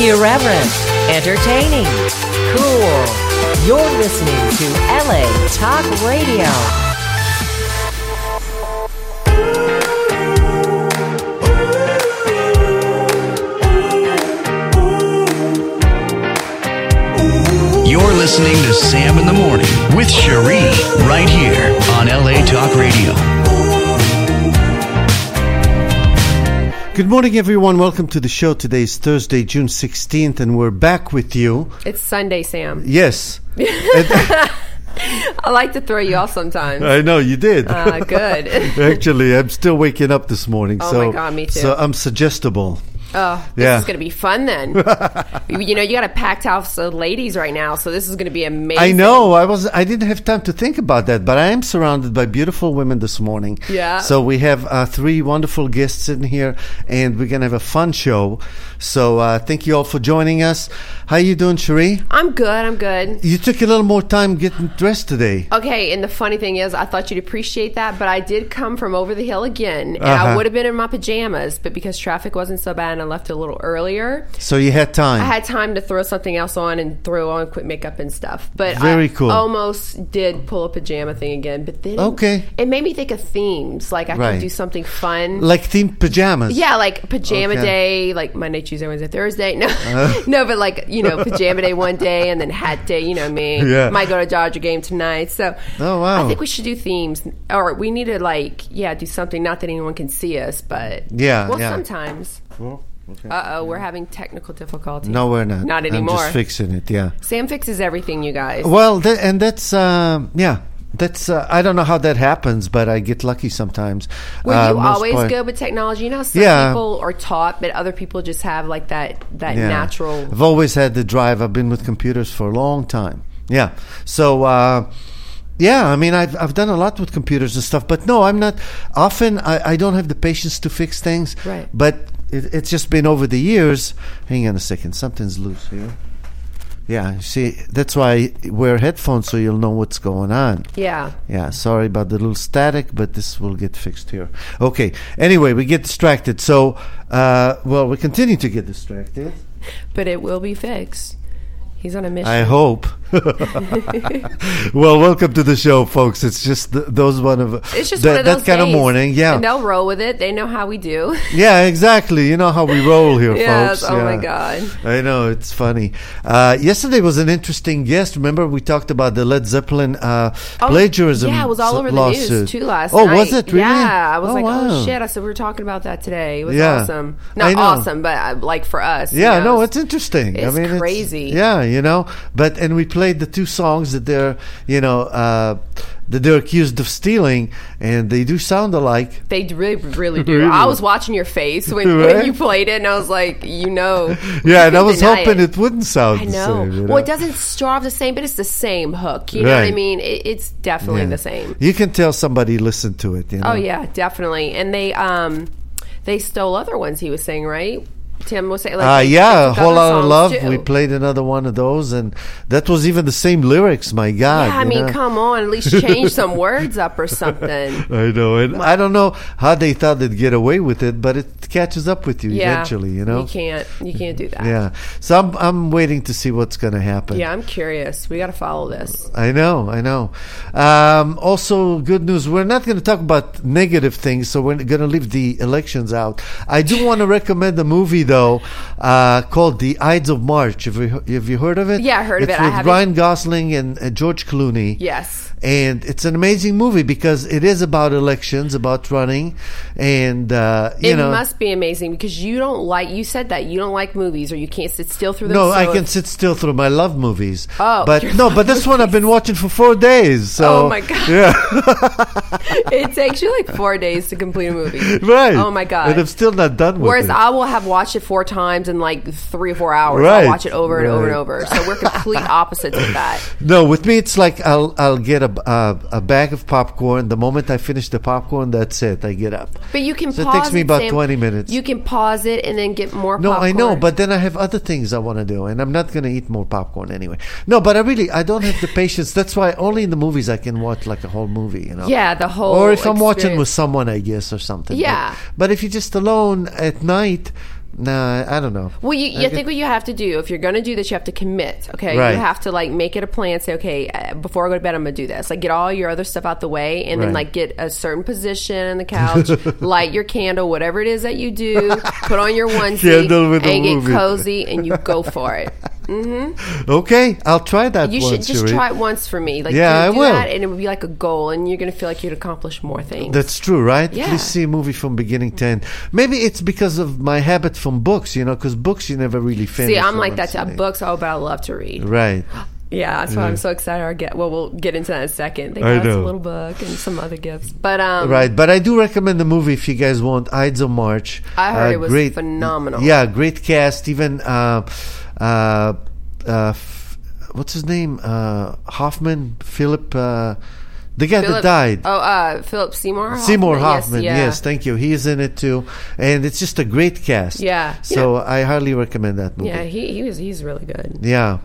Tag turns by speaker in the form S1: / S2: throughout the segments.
S1: Irreverent, entertaining, cool. You're listening to LA Talk Radio.
S2: You're listening to Sam in the Morning with Cherie right here on LA Talk Radio.
S3: Good morning, everyone. Welcome to the show. Today is Thursday, June 16th, and we're back with you.
S4: It's Sunday, Sam.
S3: Yes,
S4: I like to throw you off sometimes.
S3: I know you did.
S4: Uh, good.
S3: Actually, I'm still waking up this morning.
S4: Oh
S3: so,
S4: my God, me too.
S3: So I'm suggestible.
S4: Oh, this
S3: Yeah.
S4: is going to be fun then. you know, you got a packed house of ladies right now, so this is going to be amazing.
S3: I know. I was. I didn't have time to think about that, but I am surrounded by beautiful women this morning.
S4: Yeah.
S3: So we have uh, three wonderful guests in here, and we're gonna have a fun show. So uh, thank you all for joining us. How you doing, Cherie?
S4: I'm good. I'm good.
S3: You took a little more time getting dressed today.
S4: Okay, and the funny thing is, I thought you'd appreciate that, but I did come from over the hill again, and I
S3: Uh-huh.
S4: would have been in my pajamas, but because traffic wasn't so bad and I left a little earlier,
S3: So you had time.
S4: I had time to throw something else on and throw on quick makeup and stuff. But
S3: Very
S4: I
S3: cool.
S4: almost did pull a pajama thing again, but then
S3: Okay.
S4: it made me think of themes. Like I
S3: Right.
S4: could do something fun.
S3: like themed pajamas.
S4: yeah, like
S3: Okay.
S4: pajama
S3: Uh-huh.
S4: day, like Monday, Tuesday, Wednesday, Thursday. No, no, but like you know, pajama day one day, and then hat day. You know me.
S3: Yeah.
S4: Might go to Dodger game tonight. So,
S3: Oh, wow.
S4: I think we should do themes, or we need to like, yeah, do something. Not that anyone can see us, but
S3: Yeah,
S4: well,
S3: yeah.
S4: sometimes. Uh oh, we're having technical difficulties.
S3: No, we're not.
S4: Not anymore.
S3: I'm just fixing it. Yeah.
S4: Sam fixes everything, you guys.
S3: Well, tha and that's um, yeah. That's uh, I don't know how that happens, but I get lucky sometimes.
S4: Were
S3: Uh,
S4: you
S3: most
S4: always
S3: part-
S4: good with technology? You know, how some
S3: Yeah.
S4: people are taught, but other people just have like that that
S3: Yeah.
S4: natural.
S3: I've always had the drive. I've been with computers for a long time. Yeah. So. Uh, yeah, I mean, I've, I've done a lot with computers and stuff, but no, I'm not. Often, I, I don't have the patience to fix things.
S4: Right.
S3: But it, it's just been over the years. Hang on a second, something's loose here. Yeah, see, that's why I wear headphones so you'll know what's going on.
S4: Yeah,
S3: Yeah, sorry about the little static, but this will get fixed here. Okay. Anyway, we get distracted. So, uh, well, we continue to get distracted.
S4: but it will be fixed. He's on a mission.
S3: I hope. well, welcome to the show, folks. It's just th- those one of
S4: it's just
S3: that,
S4: one of those
S3: that kind
S4: days.
S3: of morning. Yeah,
S4: and they'll roll with it. They know how we do.
S3: yeah, exactly. You know how we roll here,
S4: Yes,
S3: folks.
S4: oh my
S3: Yeah.
S4: God.
S3: I know it's funny. Uh, yesterday was an interesting guest. Remember, we talked about the Led Zeppelin uh, plagiarism.
S4: Oh, Yeah, it was all over the
S3: lawsuit.
S4: news too last
S3: Oh,
S4: night.
S3: was it really?
S4: Yeah, I was
S3: Oh,
S4: like,
S3: wow.
S4: oh shit! I said we were talking about that today. It was
S3: Yeah.
S4: awesome.
S3: I
S4: Not
S3: know.
S4: awesome, but uh, like for us. you
S3: Yeah,
S4: know,
S3: no, it's interesting.
S4: it's
S3: I mean,
S4: crazy.
S3: yeah, you know, but and we played the two songs that they're, you know, uh, that they're accused of stealing, and they do sound alike.
S4: They d- really, really do. I was watching your face when,
S3: Right?
S4: when you played it, and I was like, you know. you
S3: Yeah, and I
S4: couldn't
S3: was
S4: deny
S3: hoping it. wouldn't sound
S4: I
S3: the
S4: know.
S3: same. you know?
S4: Well, it doesn't straw the same, but it's the same hook. You know what I
S3: Right.
S4: mean? It, it's definitely
S3: Yeah.
S4: the same.
S3: You can tell somebody listened to it. You know?
S4: Oh yeah, definitely. And they um, they stole other ones. He was saying right. Tim was saying
S3: Uh,
S4: like, they
S3: yeah, a
S4: took
S3: whole
S4: other
S3: lot of
S4: songs,
S3: love.
S4: too.
S3: We played another one of those, and that was even the same lyrics. My God,
S4: Yeah, I
S3: you
S4: mean,
S3: know?
S4: come on, at least change some words up or something.
S3: I know, and I don't know how they thought they'd get away with it, but it catches up with you
S4: Yeah,
S3: eventually. You know,
S4: you can't, you can't do that.
S3: Yeah. So I'm I'm waiting to see what's going to happen.
S4: Yeah, I'm curious. We got to follow this.
S3: I know, I know. Um, also, good news. We're not going to talk about negative things, so we're going to leave the elections out. I do want to recommend a movie, though, uh, called The Ides of March. Have you, have you heard of it?
S4: Yeah, I heard of
S3: It's
S4: it. I
S3: with
S4: haven't-
S3: Ryan Gosling and uh, George Clooney.
S4: Yes.
S3: And it's an amazing movie because it is about elections, about running, and uh, you
S4: it
S3: know.
S4: must be amazing because you don't like you said that you don't like movies or you can't sit still through them.
S3: No,
S4: so
S3: I can
S4: if-
S3: sit still through my love movies.
S4: Oh,
S3: but
S4: your
S3: no, but this one I've been watching for four days. So
S4: Oh my god! it takes you like four days to complete a movie.
S3: right.
S4: Oh my god!
S3: And I'm still not done with
S4: Whereas
S3: it.
S4: I will have watched it four times in like three or four hours.
S3: Right.
S4: I'll watch it over and over and
S3: Right.
S4: over. So we're complete opposites of that.
S3: no, with me it's like I'll I'll get a, a a bag of popcorn. The moment I finish the popcorn, that's it. I get up.
S4: But you can
S3: So it
S4: pause
S3: takes me about
S4: Sam.
S3: 20 minutes.
S4: You can pause it and then get more
S3: No,
S4: popcorn.
S3: I know, but then I have other things I want to do, and I'm not going to eat more popcorn anyway. No, but I really I don't have the patience. That's why only in the movies I can watch like a whole movie, you know.
S4: Yeah, the whole
S3: Or if I'm watching
S4: Oh, experience.
S3: with someone, I guess, or something. But-
S4: Yeah.
S3: But, if you're just alone at night, No, I, I don't know.
S4: Well, you, you I think what you have to do if you're going to do this, you have to commit. Okay,
S3: Right.
S4: you have to like make it a plan. Say, okay, uh, before I go to bed, I'm going to do this. Like, get all your other stuff out the way,
S3: Right.
S4: and then like get a certain position on the couch, light your candle, whatever it is that you do, put on your onesie,
S3: Candle with the
S4: and get
S3: movie.
S4: cozy, and you go for it.
S3: Okay, I'll try that.
S4: You
S3: one,
S4: should just
S3: Cherie.
S4: try it once for me. Like,
S3: Yeah,
S4: you
S3: I
S4: do
S3: will.
S4: That, and it would be like a goal, and you're going to feel like you'd accomplish more things.
S3: That's true, right? At
S4: Yeah.
S3: least see a movie from beginning to end. Maybe it's because of my habit from books, you know, because books you never really finish.
S4: See, I'm
S3: or
S4: like that.
S3: once
S4: Too.
S3: you-
S4: Books, oh, but I love to read.
S3: Right.
S4: Yeah, that's why I'm so excited. I'll get well. We'll get into that in a second. They
S3: I
S4: got us a
S3: know.
S4: little book and some other gifts, but um,
S3: Right, but I do recommend the movie if you guys want. Ides of March. Uh,
S4: I heard it was phenomenal.
S3: Yeah, great cast. Even uh, uh, uh, f- what's his name? Uh, Hoffman, Philip, uh, the guy that
S4: Philip-
S3: died.
S4: Oh, uh, Philip Seymour. Hoffman?
S3: Seymour Hoffman, yes,
S4: yeah.
S3: thank you. He is in it too, and it's just a great cast.
S4: Yeah.
S3: So I highly recommend that movie.
S4: Yeah, he, he was he's really good.
S3: Yeah.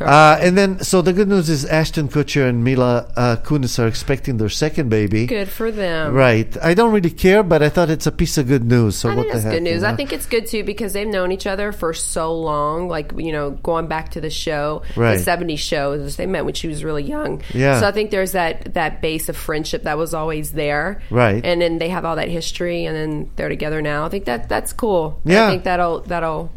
S3: Uh, and then, so the good news is Ashton Kutcher and Mila uh, Kunis are expecting their second baby.
S4: Good for them.
S3: Right. I don't really care, but I thought it's a piece of good news. So
S4: I
S3: what the
S4: think that's
S3: heck?
S4: good
S3: you
S4: news. I
S3: know?
S4: think it's good too because they've known each other for so long. Like you know, going back to the show,
S3: Right.
S4: the '70s show, is they met when she was really young.
S3: Yeah.
S4: So I think there's that that base of friendship that was always there.
S3: Right.
S4: And then they have all that history, and then they're together now. I think that that's cool.
S3: Yeah.
S4: I think that'll that'll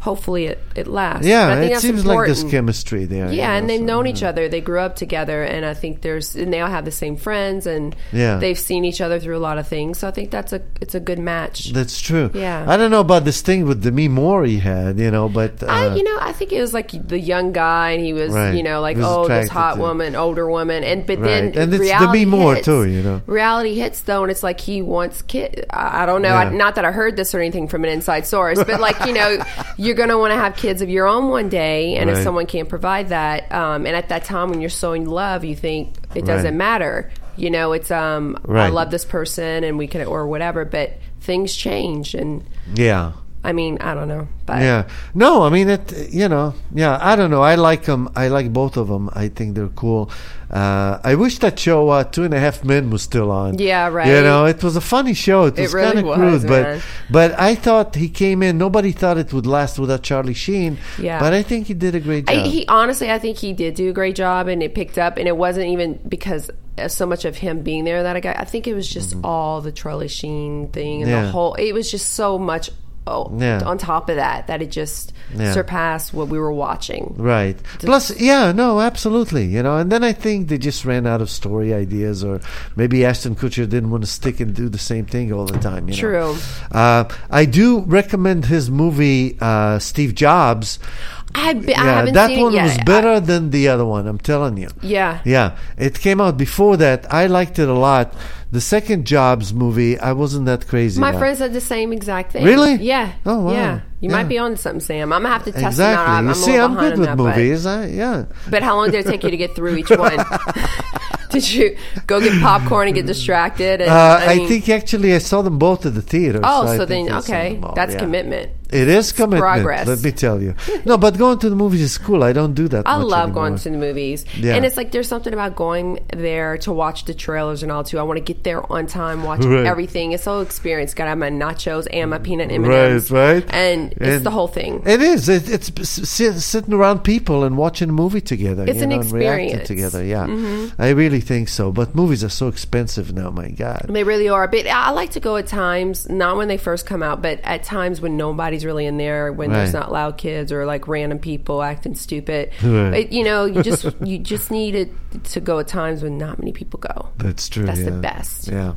S4: hopefully it it lasts. But I
S3: Yeah,
S4: think
S3: it
S4: that's
S3: seems like there's
S4: important.
S3: chemistry there. you
S4: Yeah,
S3: know,
S4: and they've
S3: so,
S4: known
S3: yeah.
S4: each other. They grew up together, and I think there's and they all have the same friends, and
S3: Yeah.
S4: they've seen each other through a lot of things. So I think that's a it's a good match.
S3: That's true.
S4: Yeah.
S3: I don't know about this thing with Demi Moore he had, you know, but. Uh,
S4: I, you know, I think it was like the young guy, and he was,
S3: Right.
S4: you know, like
S3: He was
S4: oh, this
S3: attracted
S4: hot
S3: to-
S4: woman, older woman, and but
S3: Right.
S4: then
S3: And it's the
S4: reality
S3: Demi Moore,
S4: hits.
S3: too, you know.
S4: Reality hits though, and it's like he wants kid. I, I don't know,
S3: Yeah.
S4: I, not that I heard this or anything from an inside source, but like you know, you're gonna want to have kids of your own one day, and
S3: Right.
S4: if someone can't provide that, um, and at that time when you're so in love, you think it doesn't
S3: Right.
S4: matter. You know, it's um, I
S3: Right.
S4: love this person, and we can or whatever, but things change, and
S3: yeah.
S4: I mean, I don't know, but
S3: Yeah. No, I mean it. You know. Yeah. I don't know. I like them. I like both of them. I think they're cool. Uh, I wish that show uh, Two and a Half Men was still on.
S4: Yeah, right.
S3: You know, it was a funny show. It
S4: It
S3: was
S4: really
S3: kind of
S4: was,
S3: crude, but
S4: man.
S3: but I thought he came in. Nobody thought it would last without Charlie Sheen.
S4: Yeah.
S3: But I think he did a great
S4: I,
S3: job.
S4: he honestly, I think he did do a great job, and it picked up. And it wasn't even because of so much of him being there that I got. I think it was just all the Charlie Sheen thing
S3: Mm-hmm.
S4: and
S3: Yeah.
S4: the whole. It was just so much. Oh,
S3: Yeah.
S4: on top of that, that it just
S3: Yeah.
S4: surpassed what we were watching.
S3: Right. Plus, yeah, no, absolutely. You know, and then I think they just ran out of story ideas, or maybe Ashton Kutcher didn't want to stick and do the same thing all the time. You know?
S4: True.
S3: Uh, I do recommend his movie uh, Steve Jobs.
S4: I've been, I
S3: Yeah,
S4: haven't
S3: that
S4: seen
S3: one
S4: it yet.
S3: was better than the other one. I'm telling you.
S4: I, yeah,
S3: Yeah, it came out before that. I liked it a lot. The second Jobs movie, I wasn't that crazy.
S4: My
S3: about.
S4: friend said the same exact thing.
S3: Really?
S4: Yeah.
S3: Oh, wow.
S4: Yeah. You
S3: Yeah.
S4: might be on something, Sam. I'm gonna have to test
S3: Exactly.
S4: them out. I'm,
S3: you
S4: I'm a
S3: see,
S4: little
S3: I'm
S4: behind
S3: good
S4: on
S3: with
S4: that, but-
S3: movies. I, yeah.
S4: But how long did it take you to get through each one? did you go get popcorn and get distracted? And,
S3: Mm. Uh, I,
S4: mean-
S3: think actually I saw them both at the theater.
S4: Oh,
S3: I
S4: so,
S3: think
S4: then
S3: I've seen
S4: okay,
S3: them all,
S4: that's
S3: yeah.
S4: commitment.
S3: It is commitment.
S4: progress.
S3: Let me tell you. No, but going to the movies is cool. I don't do that.
S4: I
S3: much
S4: love
S3: anymore.
S4: going to the movies,
S3: Yeah.
S4: and it's like there's something about going there to watch the trailers and all too. I want to get there on time, watch
S3: Right.
S4: everything. It's all experience. Got to have my nachos and my peanut M
S3: Right,
S4: and
S3: right.
S4: and it's
S3: And-
S4: the whole thing.
S3: It is. It, it's s- sit- sitting around people and watching a movie together.
S4: It's
S3: you
S4: an
S3: know, and reacting
S4: experience. Mm-hmm.
S3: together. Yeah, I really think so. But movies are so expensive now. My God.
S4: They really are. But I I like to go at times, not when they first come out, but at times when nobody's really in there, when there's
S3: Right.
S4: not loud kids or like random people acting stupid.
S3: Right.
S4: But, you know, you just you just need it to go at times when not many people go.
S3: That's true.
S4: That's the
S3: yeah.
S4: best.
S3: Yeah.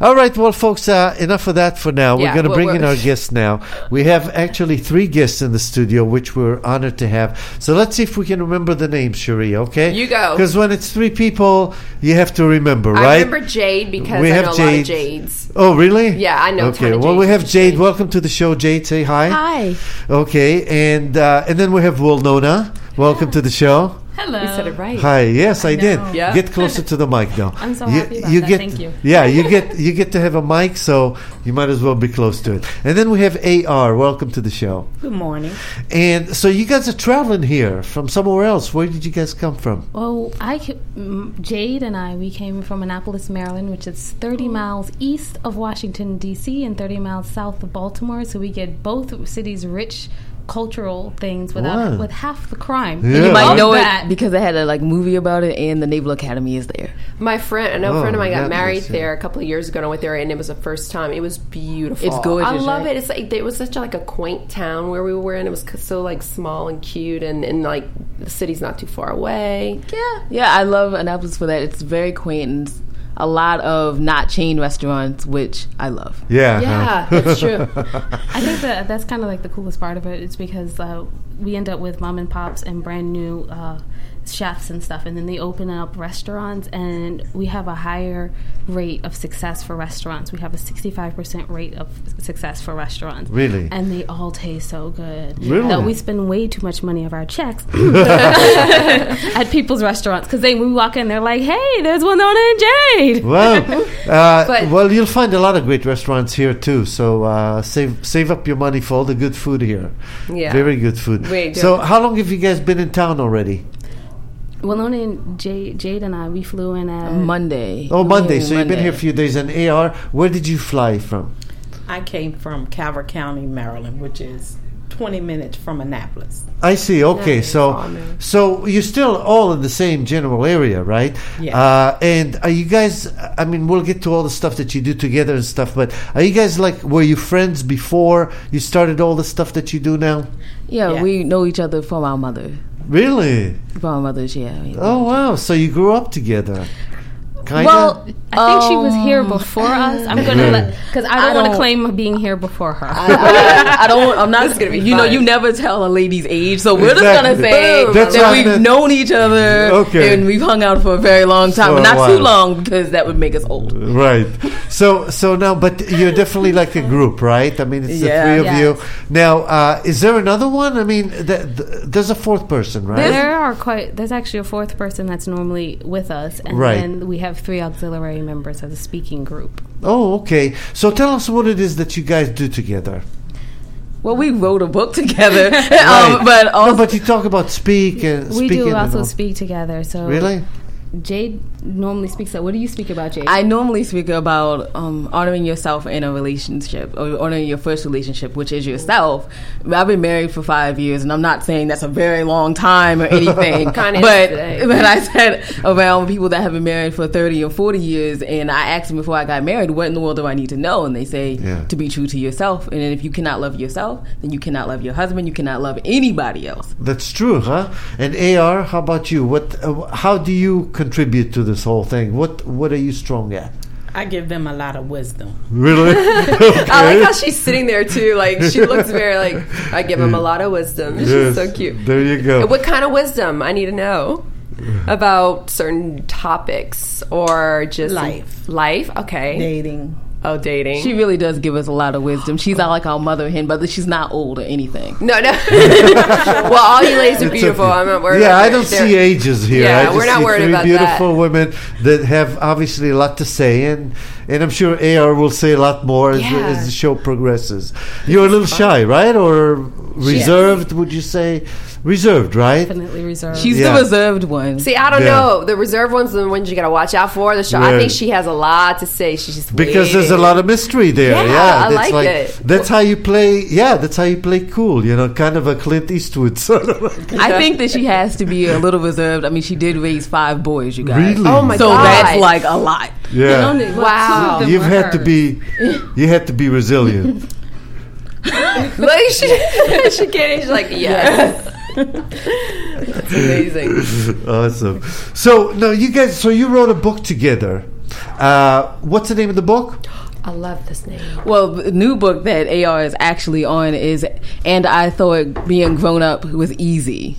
S3: All right, well, folks, uh, enough of that for now.
S4: Yeah,
S3: we're going to
S4: we're-
S3: bring
S4: we're-
S3: in our guests now. We have actually three guests in the studio, which we're honored to have. So let's see if we can remember the names, Cherie, okay?
S4: You go.
S3: Because when it's three people, you have to remember,
S4: I
S3: right?
S4: remember Jade because
S3: We
S4: I
S3: have
S4: know a lot
S3: Jade.
S4: of Jades.
S3: Oh, really?
S4: Yeah, I know a
S3: Okay,
S4: ton of
S3: well, we
S4: Jades.
S3: have Jade. Welcome to the show, Jade. Say hi.
S5: Hi.
S3: Okay, and uh, and then we have Wilnona. Welcome to the show.
S5: Hello.
S4: You said it right.
S3: Hi. Yes, I, did.
S5: know.
S4: Yeah.
S3: Get closer to the mic now.
S5: I'm so happy about that.
S3: Get,
S5: Thank you.
S3: Yeah, you get you get to have a mic, so you might as well be close to it. And then we have AR. Welcome to the show.
S6: Good morning.
S3: And so you guys are traveling here from somewhere else. Where did you guys come from?
S6: Well, I c- m- Jade and I we came from Annapolis, Maryland, which is 30
S3: Oh.
S6: miles east of Washington D.C. and 30 miles south of Baltimore. So we get both cities' rich cultural things without
S3: Wow.
S6: with half the crime.
S3: Yeah.
S6: You
S3: Love
S7: might know
S6: that.
S7: it because they had a like movie about it, and the Naval Academy is there.
S4: My friend, an old
S3: Oh,
S4: friend of mine got
S3: that
S4: married
S3: makes sense.
S4: there a couple of years ago, and I went there, and it was the first time. It was beautiful.
S7: It's gorgeous,
S4: I love
S7: right?
S4: it. It's like it was such a, like a quaint town where we were in. It was so like small and cute, and, and like the city's not too far away.
S7: Yeah, yeah, I love Annapolis for that. It's very quaint. And it's a lot of not chain restaurants, which I love.
S3: Yeah.
S4: Yeah, that's true.
S6: I think that that's kind of like the coolest part of it is because uh, we end up with mom and pops and brand new uh, chefs and stuff, and then they open up restaurants, and we have a higher rate of success for restaurants. We have a sixty-five percent rate of success for restaurants.
S3: Really?
S6: and they all taste so good.
S3: Really?
S6: that we spend way too much money of our checks at people's restaurants because they when we walk in, they're like, "Hey, there's one on in Jade."
S3: Well, uh, well, you'll find a lot of great restaurants here too. So uh, save save up your money for all the good food here.
S4: Yeah.
S3: very good food.
S4: We do.
S3: so, how long have you guys been in town already?
S6: Well, on in Jade, Jade and I, we flew in at
S7: Monday.
S3: Oh, Monday.
S7: Yeah,
S3: So you've been here a few days. And AR, where did you fly from?
S6: I came from Calvert County, Maryland, which is 20 minutes from Annapolis.
S3: I see. Okay, so
S4: common.
S3: so you're still all in the same general area, right?
S6: Yeah.
S3: Uh, and are you guys? I mean, we'll get to all the stuff that you do together and stuff. But are you guys like were you friends before you started all the stuff that you do now?
S7: Yeah,
S6: Yeah.
S7: we know each other from our mother.
S3: Really?
S7: From our mothers, yeah. we-
S3: Oh wow! So you grew up together. Kinda?
S7: well,
S6: I think she was here before us. I'm gonna let because I don't, want to
S7: don't-
S6: claim being here before her.
S7: I, I don't. I'm not.
S4: This is gonna be
S7: you know,
S4: fun.
S7: you never tell a lady's age, so we're just
S3: Exactly.
S7: gonna say
S3: Boom. That's
S7: that
S3: what I
S7: we've
S3: meant.
S7: known each other
S3: Okay.
S7: and we've hung out for a very long time,
S3: For
S7: but
S3: a
S7: not too
S3: while.
S7: long because that would make us old.
S3: right. So so now, but you're definitely like a group, right? I mean, it's the
S7: Yeah.
S3: three of
S6: Yes.
S3: you. Now, uh, is there another one? I mean, th- th- there's a fourth person, right?
S6: there are quite. There's actually a fourth person that's normally with us, and
S3: Right.
S6: then we have three auxiliary members as a speaking group.
S3: Oh, okay. So tell us what it is that you guys do together.
S7: Well, we wrote a book together,
S3: Right.
S7: um, but also
S3: no, but you talk about speak and
S6: Oh, we
S3: speaking
S6: do
S3: and
S6: also
S3: all.
S6: speak together. So
S3: Really?
S6: Jade normally speaks. Up. What do you speak about, Jade?
S7: I normally speak about um, honoring yourself in a relationship or honoring your first relationship, which is yourself. I've been married for five years, and I'm not saying that's a very long time or anything.
S4: Kinda
S7: but
S4: is today.
S7: but I said around people that have been married for 30 or 40 years, and I asked them before I got married, what in the world do I need to know? And they say
S3: Yeah.
S7: to be true to yourself. And if you cannot love yourself, then you cannot love your husband. You cannot love anybody else.
S3: That's true, huh? And AR, how about you? What? Uh, how do you contribute to this whole thing? What What are you strong at?
S8: I give them a lot of wisdom.
S3: Really?
S4: I like how she's sitting there too. Like she looks very like I give him a lot of wisdom. She's
S3: Yes.
S4: so cute.
S3: There you go.
S4: And What kind of wisdom? I need to know about certain topics or just
S8: Life.
S4: Life. Okay.
S8: Dating.
S4: Oh, dating.
S7: She really does give us a lot of wisdom. She's not like our mother hen, but she's not old or anything.
S4: no, no. well, all you ladies are
S3: It's
S4: beautiful.
S3: okay.
S4: I'm not worried.
S3: Yeah,
S4: about
S3: I
S4: it.
S3: don't
S4: They're-
S3: see ages here.
S4: Yeah,
S3: I just
S4: we're not
S3: see
S4: worried
S3: three
S4: about
S3: beautiful women that have obviously a lot to say, and and I'm sure AR will say a lot more as, the,
S4: Yeah.
S3: as the show progresses. You're a little shy, right, or reserved? Would you say reserved? Right?
S6: definitely reserved.
S7: She's
S3: Yeah.
S7: the reserved one.
S4: See, I don't
S3: Yeah.
S4: know. The reserve ones are the ones you got to watch out for. The show. I
S3: Right.
S4: think she has a lot to say. She's just
S3: Because there's a
S4: waiting.
S3: lot of mystery there. Yeah,
S4: Yeah, I
S3: that's
S4: like it.
S3: That's how you play. Yeah, that's how you play cool. You know, kind of a Clint Eastwood sort of.
S7: I think that she has to be a little reserved. I mean, she did raise five boys, you guys.
S3: Really?
S4: Oh my
S7: So
S4: god!
S7: that's like a lot.
S3: Yeah.
S4: Wow.
S3: You've had to be, you had to be resilient.
S4: Like she, she can't. She's like, yes. That's amazing.
S3: awesome. So no, you guys. So you wrote a book together. Uh, what's the name of the book?
S4: I love this name.
S7: Well, the new book that AR is actually on is And I Thought Being Grown Up Was Easy.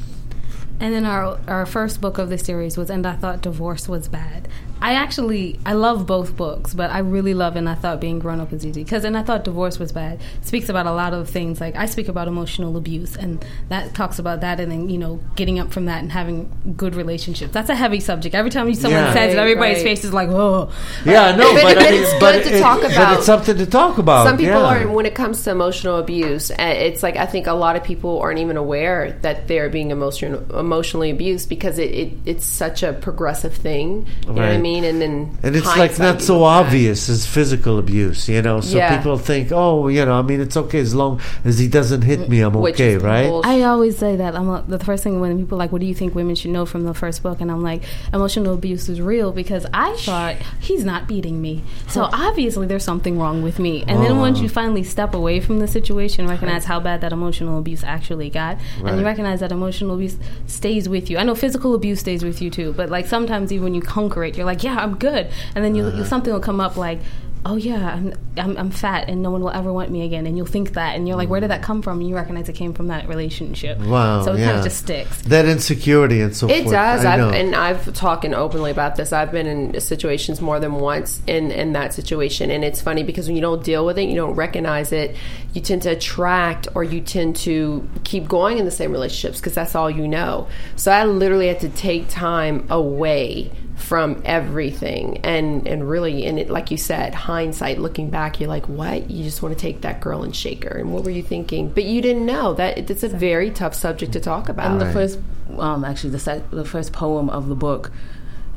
S6: And then our our first book of the series was And I Thought Divorce Was Bad. I actually I love both books, but I really love and I thought being grown up is easy because and I thought divorce was bad. It speaks about a lot of things like I speak about emotional abuse and that talks about that and then you know getting up from that and having good relationships. That's a heavy subject. Every time you someone
S3: Yeah.
S6: says it,
S4: Right,
S6: everybody's
S4: right.
S6: face is like whoa.
S3: Yeah, no,
S4: But-
S3: but, I
S4: but
S3: mean,
S4: it's
S3: but
S4: good to
S3: it-
S4: talk
S3: but
S4: about.
S3: it's something to talk about.
S4: Some people
S3: yeah.
S4: aren't when it comes to emotional abuse. uh, It's like I think a lot of people aren't even aware that they're being emotion, emotionally abused because it, it it's such a progressive thing. You know what I
S3: Right.
S4: mean? And then
S3: and it's like
S4: hindsight,
S3: not
S4: you
S3: so
S4: look back.
S3: obvious as physical abuse, you know. So
S4: Yeah.
S3: people think, oh, you know, I mean, it's okay as long as he doesn't hit me, I'm
S4: Which
S3: okay,
S4: is
S3: right?
S4: bullshit.
S6: I always say that. I'm like- the first thing when people are like, "What do you think women should know from the first book?" and I'm like, "Emotional abuse is real because I thought he's not beating me, so obviously there's something wrong with me." And then once you finally step away from the situation, recognize how bad that emotional abuse actually got, and you
S3: Right.
S6: recognize that emotional abuse stays with you. I know physical abuse stays with you too, but like sometimes even when you conquer it, you're like, "Yeah, I'm good," and then you,
S3: Uh-huh.
S6: you something will come up like. Oh yeah, I'm, I'm I'm fat and no one will ever want me again, and you'll think that, and you're like, where did that come from? And you recognize it came from that relationship.
S3: Wow,
S6: So it
S3: yeah.
S6: kind of just sticks.
S3: That insecurity and so
S4: It
S3: forth.
S4: does.
S3: I know.
S4: I've, and I've talking openly about this. I've been in situations more than once in, in that situation. And it's funny because when you don't deal with it, you don't recognize it, you tend to attract or you tend to keep going in the same relationships because that's all you know. So I literally had to take time away from everything and and really and it like you said hindsight looking back you're like what you just want to take that girl and shake her and what were you thinking but you didn't know that it's a very tough subject to talk about
S7: And the first, um, actually, the sec- the first poem of the book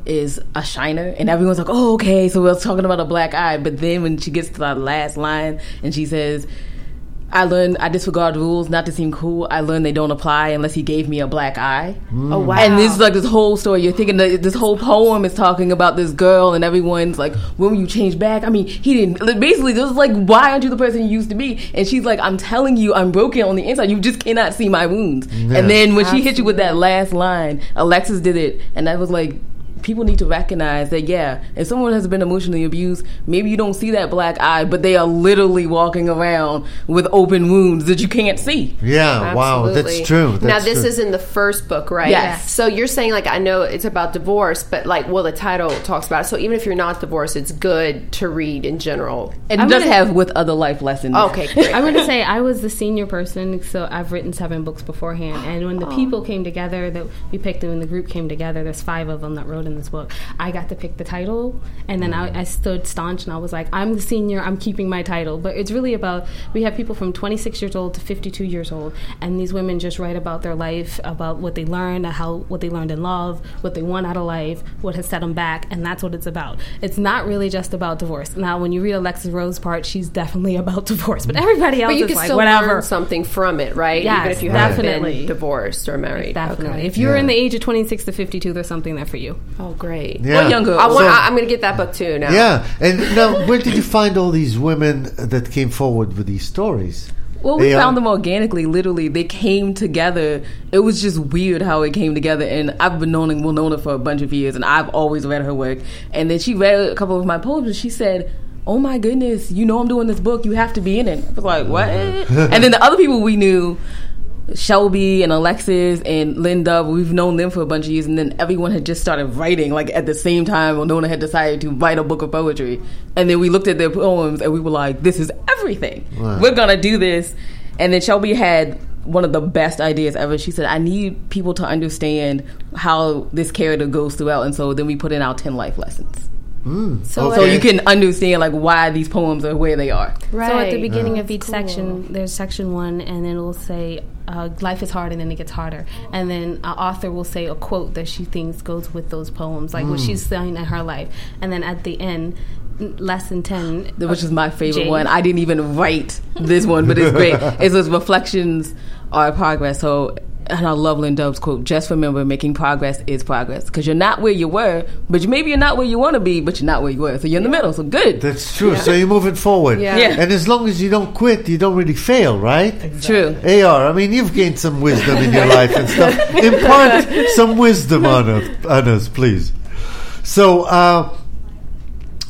S7: is a shiner, and everyone's like, "Oh, okay." So we're talking about a black eye, but then when she gets to that last line, and she says. I learned I disregard rules not to seem cool. I learned they don't apply unless he gave me a black eye.
S4: oh wow
S7: And this is like this whole story. You're thinking that this whole poem is talking about this girl, and everyone's like, "When will you change back?" I mean, he didn't. like, Basically, this is like, "Why aren't you the person you used to be?" And she's like, "I'm telling you, I'm broken on the inside. You just cannot see my wounds." And then when she hit you with that last line, Alexis did it, and I was like. People need to recognize that, yeah, if someone has been emotionally abused, maybe you don't see that black eye, but they are literally walking around with open wounds that you can't see.
S3: yeah, wow, that's
S4: Absolutely.
S3: true.
S4: now
S3: That's
S4: this
S3: true.
S4: is in the first book, right?
S7: Yes.
S4: So you're saying like I know it's about divorce, but like well the title talks about it. So even if you're not divorced, it's good to read in general.
S7: And does have with other life lessons.
S4: Okay, great.
S6: I'm going to say I was the senior person, so I've written seven books beforehand. And when the people came together that we picked, and when the group came together, there's five of them that wrote in this book. I got to pick the title, and then I, I stood staunch and I was like, I'm the senior, I'm keeping my title. But it's really about we have people from 26 years old to 52 years old, and these women just write about their life, about what they learned, how what they learned in love, what they want out of life, what has set them back, and that's what it's about. It's not really just about divorce. Now, when you read Alexis Rose's part, she's definitely about divorce, but everybody else
S4: but you
S6: is
S4: can
S6: like
S4: still
S6: whatever.
S4: learn something from it, right?
S6: Yes,
S4: even if you haven't
S6: definitely.
S4: been divorced or married.
S6: Definitely.
S4: Okay.
S6: If you're in the age of 26 to 52, there's something there for you.
S4: Oh, great.
S3: yeah.
S7: younger.
S4: I want.
S3: So-
S4: I, I'm going to get that book too now.
S3: Yeah, and now where did you find all these women that came forward with these stories?
S7: Well, we
S3: They are-
S7: found them organically. Literally, they came together. It was just weird how it came together. And I've been knowing Winona for a bunch of years, and I've always read her work. And then she read a couple of my poems, and she said, "Oh my goodness, you know I'm doing this book. You have to be in it." I was like, "What?" and then the other people we knew. Shelby and Alexis and Linda, we've known them for a bunch of years, and then everyone had just started writing like at the same time. Winona had decided to write a book of poetry, and then we looked at their poems and we were like, "This is everything.
S3: Wow.
S7: We're gonna do this." And then Shelby had one of the best ideas ever. She said, "I need people to understand how this character goes throughout," and so then we put in our ten life lessons,
S6: So,
S7: so uh, you can understand like why these poems are where they are.
S4: Right.
S6: So at the beginning of each section, there's section one, and then it'll say, uh, "Life is hard," and then it gets harder. And then an author will say a quote that she thinks goes with those poems, like what she's saying in her life. And then at the end, n- lesson ten,
S7: which is my favorite
S6: Jane.
S7: one. I didn't even write this one, but it's great. It says reflections are progress. So, and I love Lynn Dove's quote: "Just remember, making progress is progress because you're not where you were, but you, maybe you're not where you want to be, but you're not where you were. So you're in the middle. So good,
S3: That's true. So you're moving forward.
S4: Yeah.
S7: Yeah.
S3: And as long as you don't quit, you don't really fail, right?
S7: true."
S3: AR, I mean, you've gained some wisdom in your life and stuff. Impart some wisdom on us, on us please. So, uh,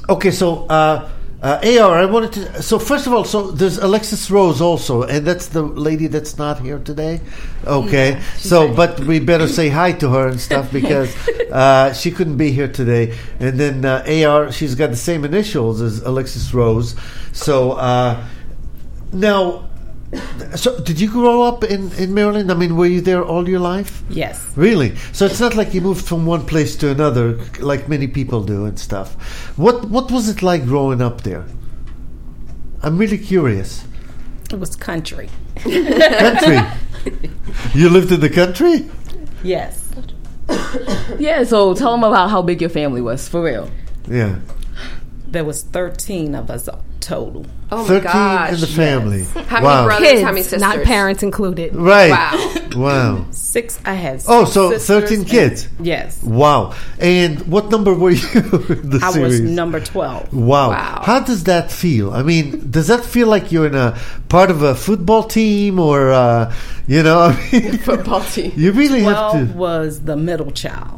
S3: okay, so uh, Uh, AR, I wanted to. So, first of all, so there's Alexis Rose also, and that's the lady that's not here today. Okay. so, but we better say hi to her and stuff because uh, she couldn't be here today. And then uh, AR, she's got the same initials as Alexis Rose. So, uh, now, so did you grow up in, in Maryland? I mean, were you there all your life?
S8: Yes.
S3: Really? So it's not like you moved from one place to another, like many people do and stuff. What What was it like growing up there? I'm really curious.
S8: It was country.
S3: Country. you lived in the country?
S8: Yes.
S7: Yeah, so tell them about how big your family was, for real.
S3: Yeah.
S8: There was 13 of us total.
S4: Oh my
S3: Thirteen
S4: gosh.
S3: in the family.
S4: How many
S3: wow.
S4: brothers?
S6: Kids,
S4: How many sisters?
S6: not parents included.
S3: Right.
S4: Wow.
S3: Wow.
S8: Six, I had
S3: Oh, so
S8: sisters
S3: 13
S8: and-
S3: kids.
S8: yes.
S3: Wow. And what number were you in the
S8: I
S3: series?
S8: was number 12.
S3: Wow.
S4: Wow.
S3: How does that feel? I mean, does that feel like you're in a part of a football team or, uh, you know, I mean,
S4: Football team.
S3: you really have
S8: 12
S3: to.
S8: was the middle child.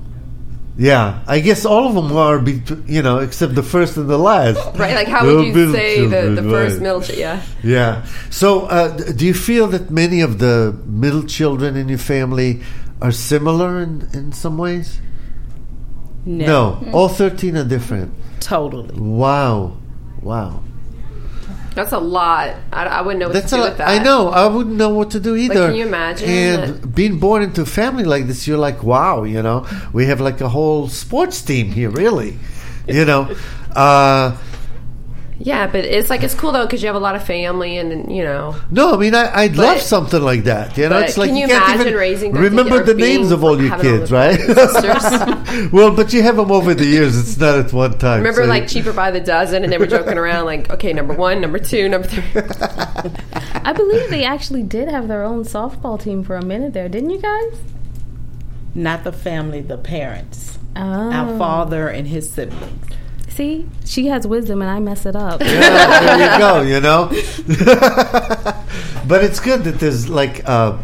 S3: Yeah. I guess all of them are, be, you know, except the first and the last.
S4: Right? Like, how
S3: Little
S4: would you
S3: middle
S4: say the, the
S3: children,
S4: first
S3: right.
S4: middle? Ch- yeah.
S3: Yeah. So uh, d- do you feel that many of the middle children in your family are similar in, in some ways? No. All 13 are different.
S8: Totally.
S3: Wow. Wow.
S4: That's a lot. I, I wouldn't know what
S3: That's
S4: to do
S3: a-
S4: with that.
S3: I know. I wouldn't know what to do either.
S4: can you imagine
S3: And being born into a family like this, you're like, wow, you know, we have like a whole sports team here, really. You know, uh,
S4: Yeah, but it's like it's cool though because you have a lot of family and you know.
S3: no, I mean, I, I'd love
S4: But-
S3: something like that. You know,
S4: but
S3: it's like
S4: can you
S3: can't
S4: imagine
S3: even
S4: raising that
S3: remember
S4: kid or
S3: the names
S4: being-
S3: of all your
S4: having all
S3: kids,
S4: the
S3: right?
S4: sisters?
S3: well, but you have them over the years. It's not at one time.
S4: Remember,
S3: so-
S4: like cheaper by the dozen, and they were joking around, like, okay, number one, number two, number three.
S6: I believe they actually did have their own softball team for a minute there, didn't you guys?
S8: Not the family, the parents.
S6: Oh.
S8: Our father and his siblings.
S6: See, she has wisdom, and I mess it up.
S3: yeah, there you go. You know, but it's good that there's like uh,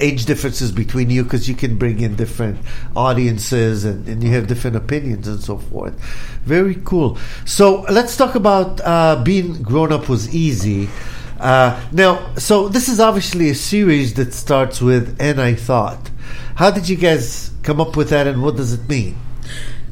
S3: age differences between you because you can bring in different audiences and, and you have different opinions and so forth. Very cool. So let's talk about uh, being grown up was easy. Uh, now, so this is obviously a series that starts with "and I thought." How did you guys come up with that, and what does it mean?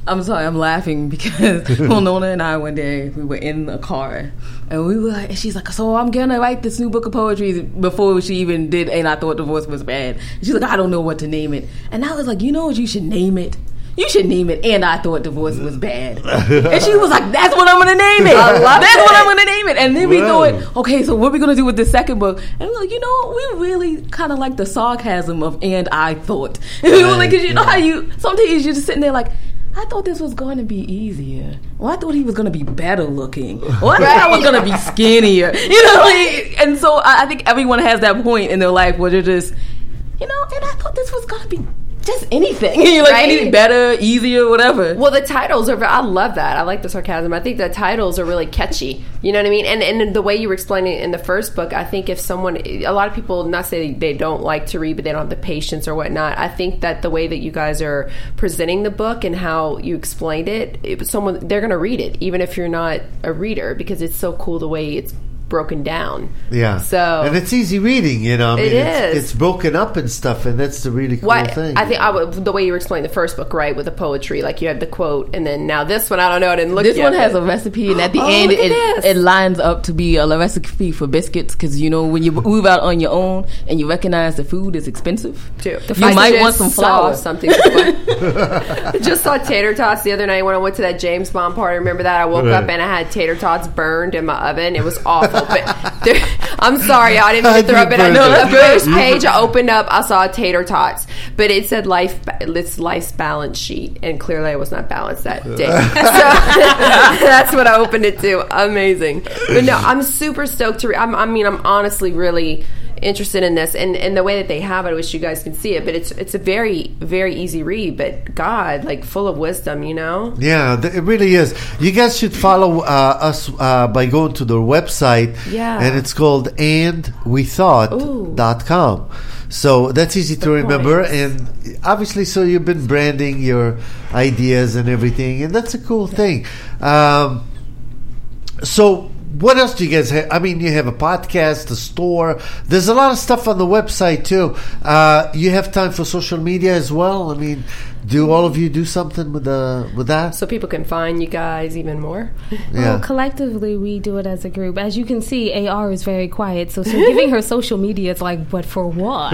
S7: I'm sorry, I'm laughing because Winona and I one day we were in a car and we were like, and she's like, so I'm gonna write this new book of poetry before she even did, and I thought divorce was bad. And she's like, I don't know what to name it, and I was like, you know what, you should name it. You should name it, and I thought divorce was bad. and she was like, "That's what I'm gonna name it. That's what I'm gonna name it." And then we
S3: Wow.
S7: thought, "Okay, so what are we gonna do with this second book?" And we're like, "You know, what? we really kind of like the sarcasm of and I thought." like, 'cause you know how you sometimes you're just sitting there like. I thought this was going to be easier. Or I thought he was going to be better looking. Or I thought I was going to be skinnier. You know, like, and so I, I think everyone has that point in their life where they're just, you know, and I thought this was going to be just anything. like
S4: Right.
S7: anything better, easier, whatever.
S4: Well, the titles are. I love that. I like the sarcasm. I think the titles are really catchy. You know what I mean? And and the way you were explaining it in the first book, I think if someone, a lot of people, not say they don't like to read, but they don't have the patience or whatnot. I think that the way that you guys are presenting the book and how you explained it, it someone they're going to read it, even if you're not a reader, because it's so cool the way it's broken down.
S3: Yeah.
S4: So-
S3: and it's easy reading, you know. I mean,
S4: It
S3: it's,
S4: is.
S3: it's broken up and stuff, and that's the really cool
S4: Why
S3: thing.
S4: I think I would, the way you were explaining the first book, right, with the poetry, like you had the quote, and then now this one, I don't know, I didn't look.
S7: This
S4: yet,
S7: one has
S4: but-
S7: a recipe, and at the
S4: Oh,
S7: end,
S4: look at
S7: it,
S4: this.
S7: it lines up to be a recipe for biscuits. Because you know, when you move out on your own and you recognize the food is expensive,
S4: too.
S7: you might want some flour.
S4: Saw something. I just saw tater tots the other night when I went to that James Bond party. Remember that? I woke up
S3: Right.
S4: and I had tater tots burned in my oven. It was awful. But there- I'm sorry, y'all, I didn't mean to
S3: You
S4: throw up. But I
S3: burned
S4: know
S3: it.
S4: the first page I opened up, I saw tater tots, but it said life. ba- It's life's balance sheet, and clearly I was not balanced that day. so that's what I opened it to. Amazing. But no, I'm super stoked to. Re- I'm, I mean, I'm honestly really interested in this and and the way that they have it i wish you guys can see it but it's it's a very very easy read but god like full of wisdom you know
S3: Yeah, th- it really is. You guys should follow uh, us uh, by going to their website.
S4: Yeah.
S3: And it's called andwethought.com. So that's easy to remember. And obviously, so you've been branding your ideas and everything, and that's a cool thing. Um, so what else do you guys have? I mean, you have a podcast, a store. There's a lot of stuff on the website too. Uh, you have time for social media as well. I mean, do all of you do something with the with that?
S4: so people can find you guys even more.
S3: yeah.
S6: Well, collectively, we do it as a group. As you can see, AR is very quiet, so, so giving her social media is like, but for what?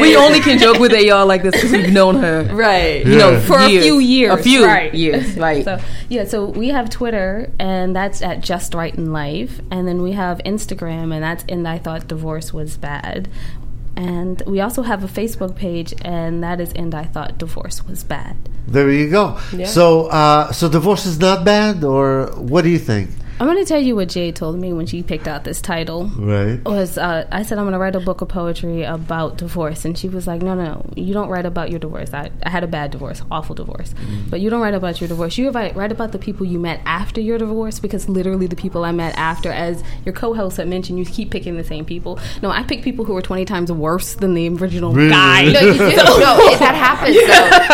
S7: We only can joke with AR like this because we've known her,
S4: Right.
S7: you know,
S6: For a
S7: years.
S6: few years,
S7: a few
S6: right.
S7: years, like
S6: So yeah, so we have Twitter, and that's at Just Right in Life, and then we have Instagram, and that's And I Thought Divorce Was Bad, and we also have a Facebook page, and that is And I Thought Divorce Was Bad.
S3: There you go. So, uh, so divorce is not bad, or what do you think?
S6: I'm gonna tell you what Jay told me when she picked out this title.
S3: Right.
S6: was uh, I said I'm gonna write a book of poetry about divorce, and she was like, "No, no, you don't write about your divorce. I, I had a bad divorce, awful divorce, but you don't write about your divorce. You write write about the people you met after your divorce, because literally the people I met after, as your co-host had mentioned, you keep picking the same people. No, I pick people who are 20 times worse than the original guy.
S4: No, you do. no, it, that happens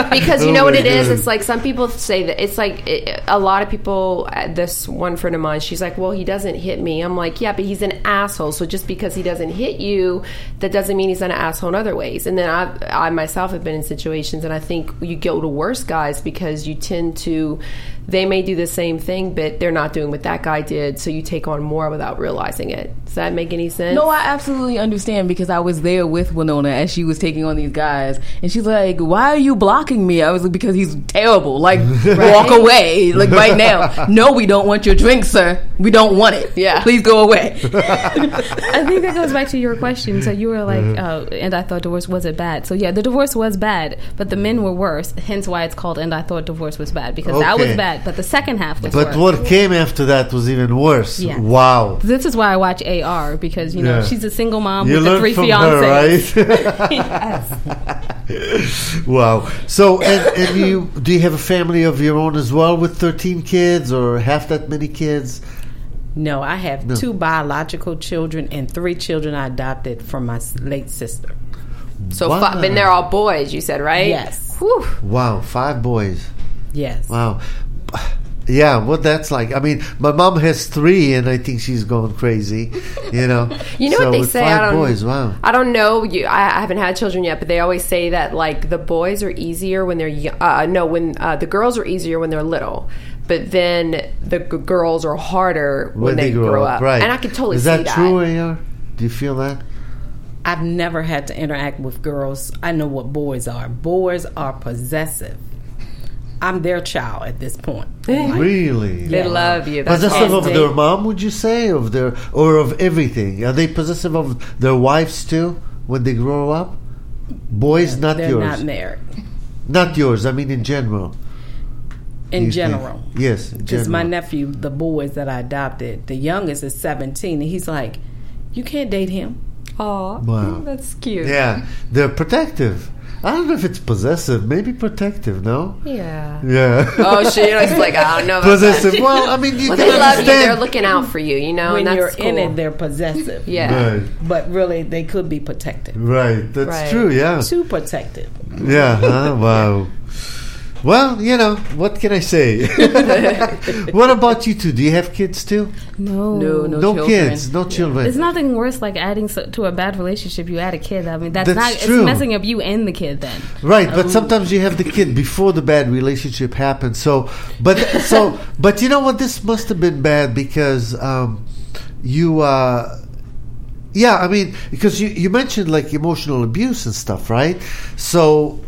S4: though, because you know what it is. It's like some people say that it's like it, a lot of people. uh, This one friend of mine, she's like, "Well, he doesn't hit me." I'm like, "Yeah, but he's an asshole. So just because he doesn't hit you, that doesn't mean he's an asshole in other ways." And then I, I myself have been in situations, and I think you go to worse guys because you tend to. They may do the same thing, but they're not doing what that guy did, so you take on more without realizing it. Does that make any sense?
S7: No, I absolutely understand because I was there with Winona as she was taking on these guys, and she's like, "Why are you blocking me?" I was like, "Because he's terrible. Like, walk away. Like right now. No, we don't want your drink, sir. We don't want it.
S4: Yeah.
S7: please go away."
S6: I think that goes back to your question. So you were like,
S3: Mm-hmm.
S6: uh, and I thought divorce was it bad? So yeah, the divorce was bad, but the men were worse. Hence why it's called and I thought divorce was bad because that was
S3: Okay.
S6: bad, but the second half was
S3: But
S6: worse.
S3: what came after that was even worse.
S6: Yeah.
S3: Wow.
S6: this is why I watch AR because you know
S3: Yeah.
S6: she's a single mom
S3: You
S6: with the
S3: learned
S6: three
S3: from
S6: fiancés.
S3: her, right? wow. So, and, and you do you have a family of your own as well with thirteen kids or half that many kids?
S8: No, I have two biological children and three children I adopted from my s- late sister.
S4: So,
S3: Wow.
S4: fi- and they're all boys. You said right?
S8: Yes.
S4: Whew.
S3: Wow, five boys.
S8: Yes.
S3: Wow. Yeah, what that's like. I mean, my mom has three, and I think she's going crazy. You know.
S4: You know
S3: So
S4: what they
S3: with
S4: say?
S3: Five
S4: I don't.
S3: boys. Wow.
S4: I don't know. You, I, I haven't had children yet, but they always say that like the boys are easier when they're yo- uh, no, when uh, the girls are easier when they're little, but then the g- girls are harder when, they, grow, up.
S3: right?
S4: And I can totally
S3: Is
S4: see
S3: that true, Ar? Do you feel that?
S8: I've never had to interact with girls. I know what boys are. Boys are possessive. I'm their child at this point.
S3: Really?
S4: They love you. That's
S3: Possessive
S4: all.
S3: of their mom, would you say, of their or of everything? Are they possessive of their wives too when they grow up? Boys, not
S8: They're
S3: yours,
S8: not married
S3: Not yours. I mean, in general.
S8: in
S3: you think.
S8: general.
S3: yes, in
S8: Because
S3: general.
S8: my nephew, the boys that I adopted, the youngest is 17, and he's like, You can't date him.
S4: Aw, mm,
S3: Wow.
S4: that's cute.
S3: yeah, they're protective. I don't know if it's possessive, maybe protective. No,
S4: Yeah.
S3: yeah,
S4: Oh, she was like, I don't know. About that.
S3: possessive. Well, I mean, you
S4: Well,
S3: can
S4: they love you.
S3: understand.
S4: They're looking out for you. You know,
S8: When
S4: and
S8: you're
S4: that's
S8: in
S4: cool.
S8: it, they're possessive.
S4: Yeah.
S3: Right,
S8: But really, they could be protective.
S3: right. That's
S4: Right.
S3: true. Yeah,
S8: Too protective.
S3: Yeah. huh? Wow. Well, you know what can I say? what about you two? Do you have kids too?
S6: No,
S7: No, no,
S3: No
S7: children.
S3: kids, no children.
S6: It's nothing worse like adding so, to a bad relationship. You add a kid. I mean, that's,
S3: That's
S6: not
S3: true.
S6: it's messing up you and the kid. Then
S3: Right, but sometimes you have the kid before the bad relationship happens. So, but so, but you know what? This must have been bad because um, you, uh, yeah, I mean, because you you mentioned like emotional abuse and stuff, right? So,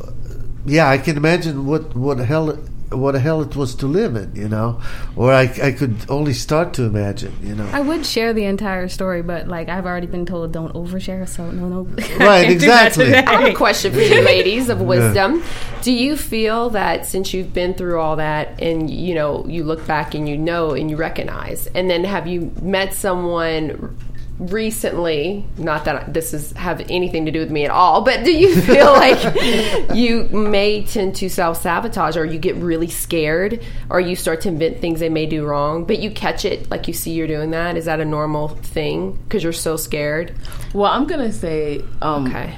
S3: yeah, I can imagine what what hell what hell it was to live in, you know, or I I could only start to imagine, you know.
S6: I would share the entire story, but like I've already been told, don't overshare. So no, no,
S3: Right, exactly.
S4: I have a question for you, ladies of wisdom. Do you feel that since you've been through all that, and you know, you look back and you know and you recognize, and then have you met someone recently? Not that this is have anything to do with me at all, but do you feel like you may tend to self sabotage, or you get really scared, or you start to invent things they may do wrong, but you catch it, like you see you're doing that? Is that a normal thing because you're so scared?
S7: Well, I'm gonna say, um,
S4: Okay.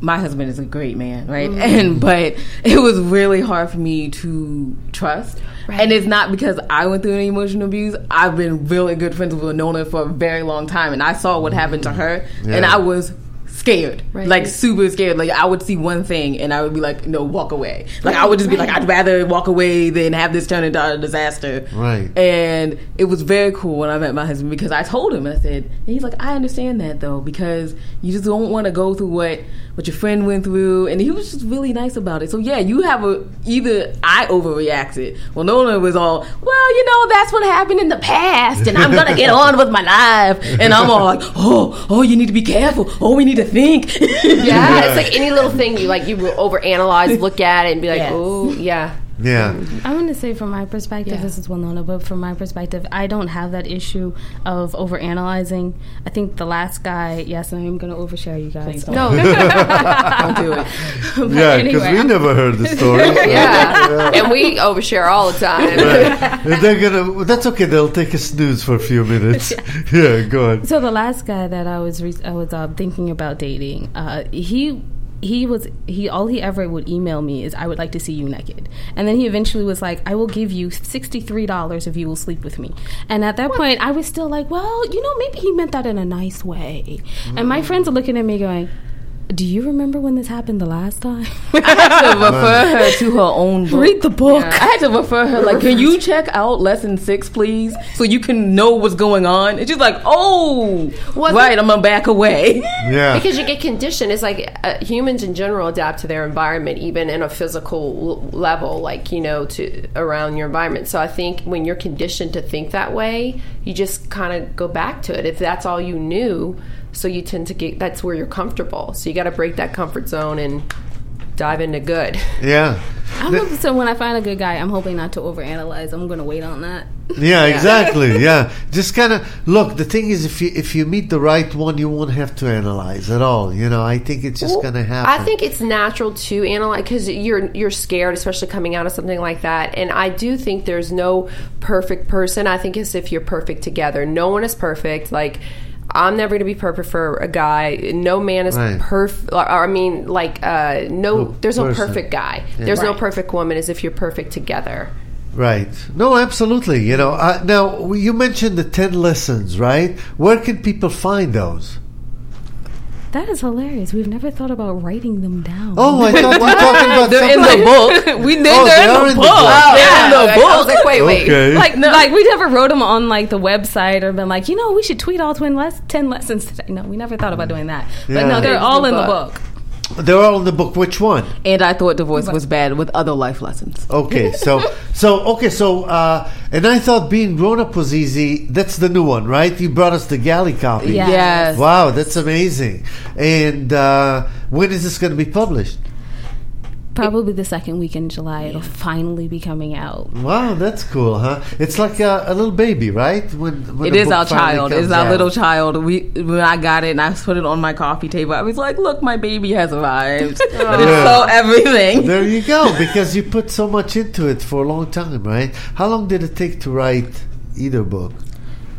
S7: my husband is a great man, right? And but it was really hard for me to trust. And it's not because I went through any emotional abuse. I've been really good friends with Nona for a very long time, and I saw what happened to her, and
S3: Yeah.
S7: I was scared, like super scared. Like I would see one thing, and I would be like, "No, walk away." Like I would just be like, "I'd rather walk away than have this turn into a disaster."
S3: Right.
S7: And it was very cool when I met my husband because I told him, I said, and he's like, I understand that though, because you just don't want to go through what, what your friend went through. And he was just really nice about it. So yeah, you have a, either I overreacted. Well, Nolan was all, well, you know, that's what happened in the past and I'm going to get on with my life. And I'm all like, oh, oh, you need to be careful. Oh, we need to think.
S4: Yeah, it's like any little thing you like you will overanalyze, look at it, and be like, oh yeah.
S3: Yeah.
S6: I want to say from my perspective, this is Winona, but from my perspective, I don't have that issue of overanalyzing. I think the last guy, yes, I am going to overshare you guys.
S7: No, don't do it.
S6: But
S3: Yeah, because
S6: anyway,
S3: we
S6: I'm-
S3: never heard the story. so-
S4: Yeah. And we overshare all the time.
S3: Right. They're gonna. That's okay. They'll take a snooze for a few minutes. yeah, go on.
S6: So the last guy that I was re- I was uh, thinking about dating, uh, he he was he all he ever would email me is I would like to see you naked, and then he eventually was like I will give you sixty three dollars if you will sleep with me, and at that point I was still like well you know maybe he meant that in a nice way, and my friends are looking at me going. Do you remember when this happened the last time?
S7: to refer her to her own book.
S6: Read the book.
S7: Yeah, I had to refer her like, can you check out lesson six, please, so you can know what's going on? And she's like, oh,
S4: Well,
S7: right, I'm gonna back away.
S3: Yeah.
S4: Because you get conditioned. It's like uh, humans in general adapt to their environment, even in a physical l- level, like, you know, to around your environment. So I think when you're conditioned to think that way, you just kind of go back to it. If that's all you knew, so you tend to get that's where you're comfortable. So you got to break that comfort zone and dive into good.
S3: yeah.
S6: I'm hoping- so when I find a good guy, I'm hoping not to overanalyze. I'm going to wait on that.
S3: Yeah, exactly. Yeah, just kind of look. The thing is, if you if you meet the right one, you won't have to analyze at all. You know, I think it's just
S4: Well,
S3: gonna happen.
S4: I think it's natural to analyze because you're you're scared, especially coming out of something like that. And I do think there's no perfect person. I think it's if you're perfect together. No one is perfect. Like. I'm never going to be perfect for a guy. No man is
S3: Right.
S4: perfect. I mean, like, uh, no,
S3: No
S4: there's no
S3: person.
S4: perfect guy.
S3: Yeah.
S4: There's no perfect woman. Is if you're perfect together.
S3: Right. No, absolutely. You know. Uh, now you mentioned the ten lessons, right? Where can people find those?
S6: That is hilarious. We've never thought about writing them down.
S3: Oh, I thought we were talking about
S7: They're in
S3: something.
S7: the book. We did.
S3: Oh,
S7: they're,
S3: they are
S7: in the book. They're in the
S4: Like, I was
S7: book.
S4: like, wait, wait.
S3: Okay.
S6: like like we never wrote them on like the website or been like you know we should tweet all twin les- 10 lessons today no we never thought about doing that but
S3: Yeah.
S6: no they're
S3: It's
S6: all
S7: the
S6: in the
S7: book.
S6: book
S3: They're all in the book. Which one?
S7: And I thought divorce was bad with other life lessons.
S3: Okay, so so okay, so uh, and I thought being grown up was easy. That's the new one, right? You brought us the galley copy.
S6: Yeah.
S7: Yes.
S3: Wow, that's amazing. And uh, when is this going to be published?
S6: probably the second week in july it'll finally be coming out
S3: Wow, that's cool, huh? It's like a, a little baby, right? When, when
S7: It
S3: the
S7: is
S3: book
S7: our
S3: finally
S7: child.
S3: comes
S7: It's our
S3: out.
S7: little child. We when I got it and I put it on my coffee table, I was like, "Look, my baby has arrived." it's so everything.
S3: There you go, because you put so much into it for a long time, right? How long did it take to write either book?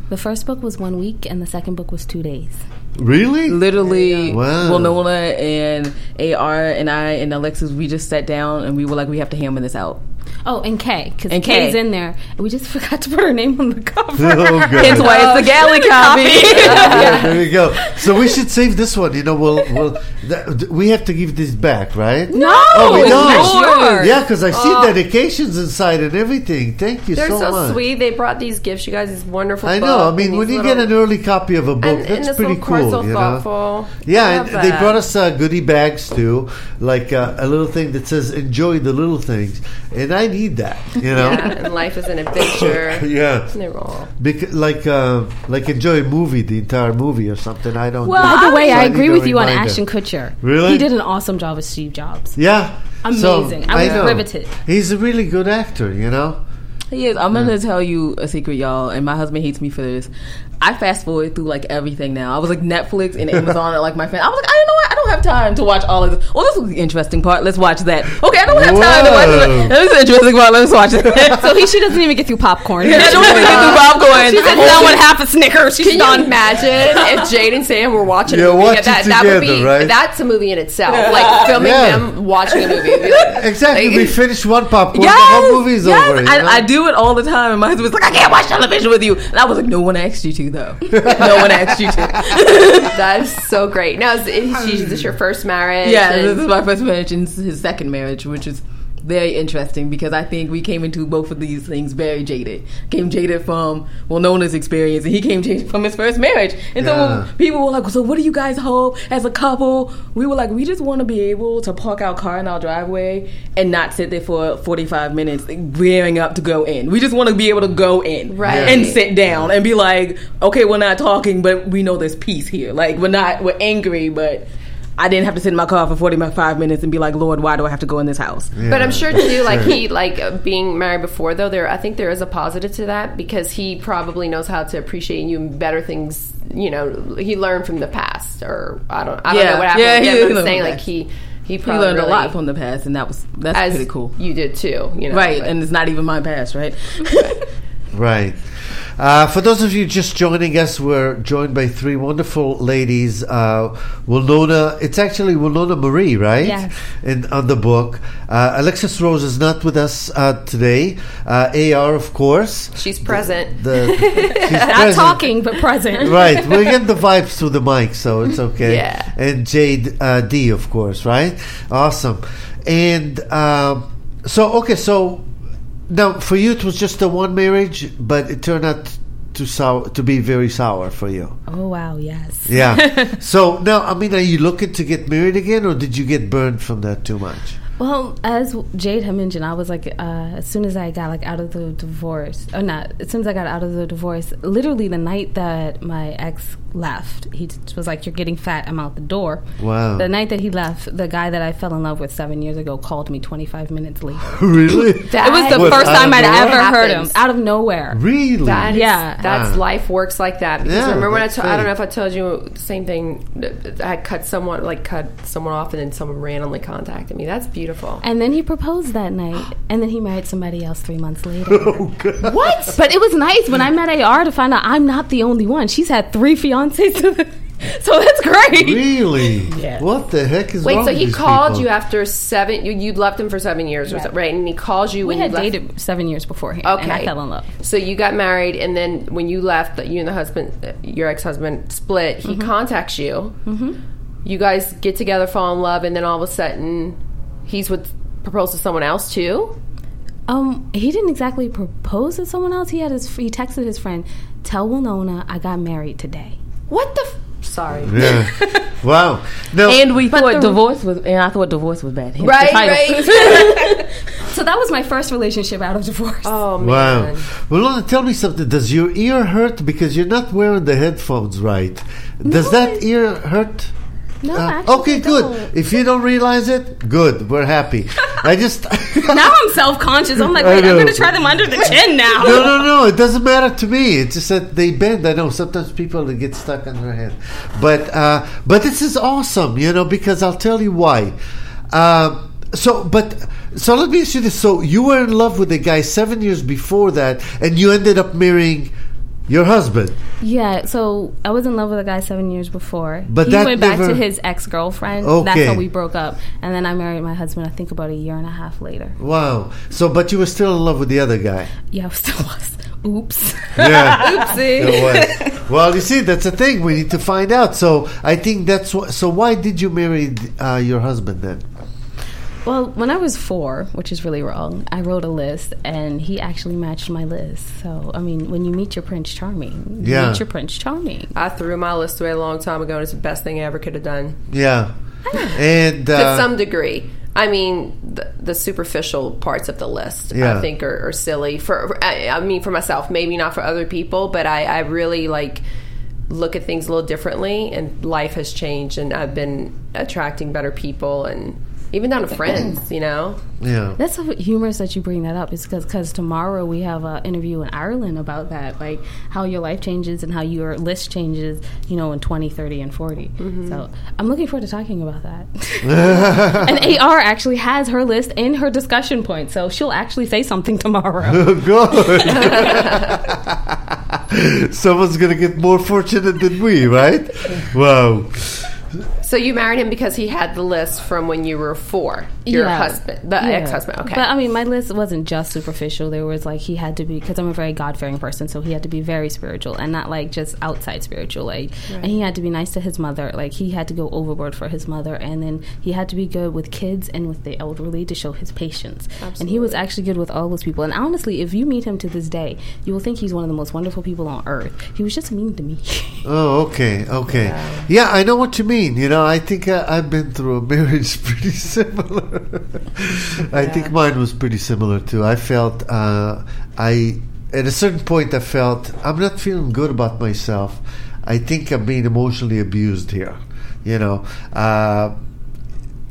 S6: the first book was one week and the second book was two days
S3: Really?
S7: Literally,
S3: Wow.
S7: Winona and AR and I and Alexis, we just sat down and we were like, we have to hammer this out.
S6: oh and kay because
S7: And Kay.
S6: kay's in there and we just forgot to put her name on the cover
S3: Oh, good.
S7: Hence why it's the galley copy.
S3: yeah, there you go. So we should save this one. You know, we'll we'll th- th- we have to give this back, right?
S7: no,
S3: Oh, we
S7: it's
S3: don't.
S7: yours.
S3: Yeah, because I see dedications inside and everything. Thank you
S4: Oh. They're
S3: so,
S4: so,
S3: much.
S4: sweet. They brought these gifts. You guys, these wonderful.
S3: I know.
S4: book
S3: I
S4: and
S3: mean, when
S4: these
S3: you
S4: little-
S3: get an early copy of a book,
S4: and, and
S3: that's
S4: this
S3: pretty
S4: little card's
S3: cool.
S4: so
S3: you know.
S4: thoughtful. I
S3: Yeah, and
S4: love
S3: they
S4: that.
S3: brought us uh, goodie bags too, like uh, a little thing that says "Enjoy the little things," and I need that. You know.
S4: Yeah, and life is an adventure.
S3: Yeah.
S4: And they're all.
S3: Bec- like uh, like enjoy a movie, the entire movie or something. I don't. do.
S6: by the way
S3: So
S6: i
S3: need
S6: agree
S3: a
S6: with you on
S3: reminder.
S6: ashton kutcher
S3: Really?
S6: he did an awesome job as steve jobs
S3: Yeah.
S6: Amazing. I was
S3: know.
S6: riveted.
S3: He's a really good actor, you know?
S7: He is. I'm gonna
S3: Mm-hmm.
S7: tell you a secret, y'all, and my husband hates me for this. I fast forward through like everything now. I was like Netflix and Amazon are like my fan. I was like, I don't know what, I don't have time to watch all of this. Well, this was the interesting part. Let's watch that. Okay, I don't have time to watch
S3: Whoa.
S7: this. This is the interesting part. Let's watch that.
S6: So he, she doesn't even get through popcorn.
S7: I don't want to get through popcorn.
S6: She's like, that one half a Snickers. She's
S4: Can
S6: done.
S4: you imagine if Jade and Sam were watching
S3: Yeah,
S4: a movie?
S3: watch
S4: that
S3: it
S4: that would be
S3: together, right?
S4: that's a movie in itself. Like filming
S3: Yeah.
S4: them watching a movie. It'd be like-
S3: Exactly.
S4: like-
S3: we finished one popcorn. the whole movie's
S7: yes.
S3: over. you
S7: I,
S3: know?
S7: I do it all the time, and my husband's like, I can't watch television with you. And I was like, No one asked you to, though. no one asked you to.
S4: That's so great. Now, is, is, she- is this your first marriage?
S7: yeah,
S4: And-
S7: this is my first marriage and this is his second marriage, which is very interesting because I think we came into both of these things very jaded. Came jaded from well Nona's experience, and he came jaded from his first marriage. And
S3: Yeah.
S7: so people were like, "So what do you guys hope as a couple?" We were like, "We just want to be able to park our car in our driveway and not sit there for forty five minutes gearing up to go in. We just want to be able to go in
S4: Right.
S7: and sit down and be like, okay, we're not talking, but we know there's peace here. Like we're not we're angry, but." I didn't have to sit in my car for 45 minutes and be like, Lord, why do I have to go in this house?
S4: But I'm sure too, like he like uh, being married before though. There, I think there is a positive to that because he probably knows how to appreciate you and better things. You know, he learned from the past, or I don't, I don't
S7: Yeah.
S4: know what happened.
S7: Yeah,
S4: Yeah,
S7: he
S4: but I'm
S7: learned
S4: saying
S7: from
S4: like
S7: that.
S4: he he
S7: He
S4: probably
S7: learned a
S4: really-
S7: lot from the past, and that was that's
S4: as
S7: pretty cool.
S4: You did too, you know,
S7: Right,
S4: but-
S7: and it's not even my past, right?
S3: Right. Uh, for those of you just joining us, we're joined by three wonderful ladies. Uh, Winona, it's actually Winona Marie, right?
S6: Yes.
S3: In, on the book. Uh, Alexis Rose is not with us uh, today. Uh, AR, of course.
S4: she's present.
S3: The, she's
S6: Not
S3: present.
S6: talking, but present.
S3: Right, we're getting the vibes through the mic, so it's okay.
S4: Yeah.
S3: And Jade uh, D, of course, right? Awesome. And um, so, okay, so now for you, it was just the one marriage, but it turned out to sour, to be very sour for you.
S6: Oh wow, yes.
S3: Yeah. so now, I mean, are you looking to get married again, or did you get burned from that too much?
S6: Well, as Jade had mentioned, I was like, uh, as soon as I got like out of the divorce, or not, as soon as I got out of the divorce, literally the night that my ex left, he t- was like, "You're getting fat. I'm out the door."
S3: Wow.
S6: The night that he left, the guy that I fell in love with seven years ago called me 25 minutes later.
S3: really?
S6: it was the
S3: What,
S6: first
S3: out of
S6: time I'd
S3: nowhere?
S6: ever heard him
S4: Happens.
S6: out of nowhere.
S3: Really?
S4: That is-
S6: Yeah.
S4: that's
S3: Ah.
S4: life works like that. Because
S3: Yeah,
S4: remember when I
S3: that's
S4: t- I don't
S3: right.
S4: know if I told you the same thing. that I cut someone like cut someone off, and then someone randomly contacted me. That's beautiful.
S6: And then he proposed that night, and then he married somebody else three months later.
S3: Oh,
S4: What?
S6: But it was nice when I met AR to find out I'm not the only one. She's had three fiancés, so that's great.
S3: Really?
S8: Yes.
S3: What the heck is
S4: Wait,
S3: wrong
S4: so
S3: with
S4: he
S3: these
S4: called
S3: people?
S4: you after seven? You you left him for seven years, or so, right? And he calls you
S6: We
S4: when
S6: had
S4: you left.
S6: dated seven years beforehand,
S4: Okay,
S6: and I fell in love.
S4: So you got married, and then when you left, you and the husband, your ex husband, split. He contacts you. You guys get together, fall in love, and then all of a sudden, he's with propose to someone else too.
S6: Um, he didn't exactly propose to someone else. He had his he texted his friend, "Tell Winona I got married today."
S4: What the? F- Sorry.
S3: Yeah. wow. Now,
S7: and we thought divorce was, and I thought divorce was bad. Hence the
S4: Right,
S7: title.
S4: right.
S6: So that was my first relationship out of divorce.
S4: oh man.
S3: Wow. Well, Lona, tell me something. Does your ear hurt because you're not wearing the headphones right? Does that ear hurt?
S6: no,
S3: Uh,
S6: actually,
S3: okay,
S6: I don't.
S3: good. If you don't realize it, good. We're happy. I just
S6: Now I'm self conscious. I'm like,
S3: I
S6: wait, I'm
S3: know.
S6: gonna try them under the chin now.
S3: no, no, no. It doesn't matter to me. It's just that they bend. I know sometimes people get stuck on their head, but uh, but this is awesome, you know, because I'll tell you why. Um so, but so let me ask you this: so you were in love with a guy seven years before that, and you ended up marrying your husband.
S6: Yeah, so I was in love with a guy seven years before.
S3: But
S6: he
S3: that
S6: went back
S3: never-
S6: to his ex girlfriend.
S3: Okay.
S6: That's how we broke up. And then I married my husband. I think about a year and a half later.
S3: Wow. So, but you were still in love with the other guy.
S6: Yeah, I still was. Oops.
S3: Yeah.
S6: Oopsie.
S3: It was. well, you see, that's the thing. We need to find out. So, I think that's what. So, why did you marry uh, your husband then?
S6: Well, when I was four, which is really wrong, I wrote a list, and he actually matched my list. So I mean, when you meet your Prince Charming, you
S3: Yeah.
S6: meet your Prince Charming.
S4: I threw my list away a long time ago, and it's the best thing I ever could have done.
S3: Yeah. And
S4: to
S3: uh,
S4: some degree. I mean, the, the superficial parts of the list,
S3: Yeah.
S4: I think, are, are silly. For, for- I, I mean, for myself, maybe not for other people, but I, I really like look at things a little differently. And life has changed, and I've been attracting better people, and even down to friends, you know.
S3: Yeah.
S5: That's so humorous that you bring that up. It's because tomorrow we have an interview in Ireland about that, like how your life changes and how your list changes, you know, in 20, 30, and 40. So I'm looking forward to talking about that. and AR actually has her list in her discussion point, so she'll actually say something tomorrow.
S3: Good. Someone's gonna get more fortunate than we, right? Wow.
S4: So you married him because he had the list from when you were four. Your
S5: Yeah.
S4: husband, the
S5: Yeah.
S4: ex-husband. Okay.
S5: But I mean, my list wasn't just superficial. There was like he had to be because I'm a very God fearing person, so he had to be very spiritual and not like just outside spiritual. Like, and he had to be nice to his mother. Like he had to go overboard for his mother, and then he had to be good with kids and with the elderly to show his patience. And he was actually good with all those people. And honestly, if you meet him to this day, you will think he's one of the most wonderful people on earth. He was just mean to me.
S3: Oh, okay, okay. Yeah. I know what you mean. You know, I think I, I've been through a marriage pretty similar. I think mine was pretty similar too. I felt uh, I at a certain point I felt I'm not feeling good about myself. I think I'm being emotionally abused here. You know. Uh,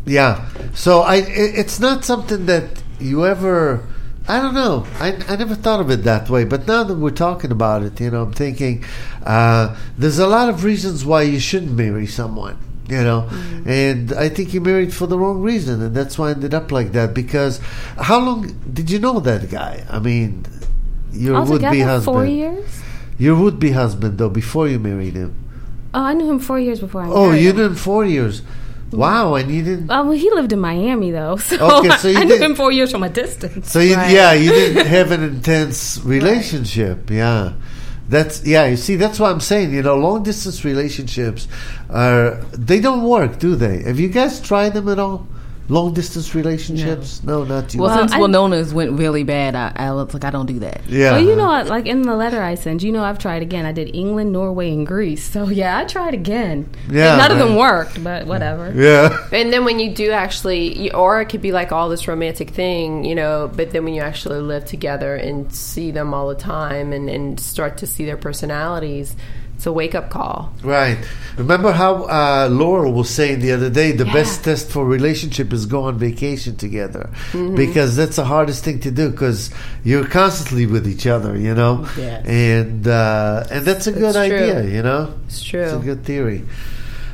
S3: yeah. So I, i- it's not something that you ever. I don't know. I, I never thought of it that way. But now that we're talking about it, you know, I'm thinking uh, there's a lot of reasons why you shouldn't marry someone. You know,
S5: Mm-hmm.
S3: and I think you married for the wrong reason, and that's why I ended up like that. Because how long did you know that guy? I mean, your would-be
S5: Altogether,
S3: husband.
S5: four years.
S3: Your would-be husband, though, before you married him.
S5: Oh, I knew him four years before I
S3: Oh,
S5: married
S3: you
S5: him.
S3: did four years.
S5: Mm-hmm.
S3: Wow, and you didn't.
S5: Uh, well, he lived in Miami though, so,
S3: Okay, so you
S5: I knew
S3: did-
S5: him four years from a distance.
S3: So you, yeah, you didn't have an intense relationship. Yeah, that's yeah. You see, that's what I'm saying. You know, long distance relationships are they don't work, do they? Have you guys tried them at all? Long distance relationships? No, not you.
S7: Well, since
S5: I-
S7: Winona's went really bad, I, I was like, I don't do that.
S3: yeah.
S5: Well, you know, what, like in the letter I sent, you know, I've tried again. I did England, Norway, and Greece. So yeah, I tried again.
S3: Yeah,
S5: And none of
S3: man.
S5: them worked, but whatever.
S3: Yeah.
S4: and then when you do actually, you, or it could be like all this romantic thing, you know. But then when you actually live together and see them all the time and, and start to see their personalities, it's a wake up call.
S3: Right. Remember how uh, Laurel was saying the other day the best test for relationship is go on vacation together
S4: Mm-hmm.
S3: because that's the hardest thing to do because you're constantly with each other, you know.
S8: Yes.
S3: And uh, and that's a good
S4: It's true.
S3: idea, you know.
S4: It's true.
S3: It's a good theory.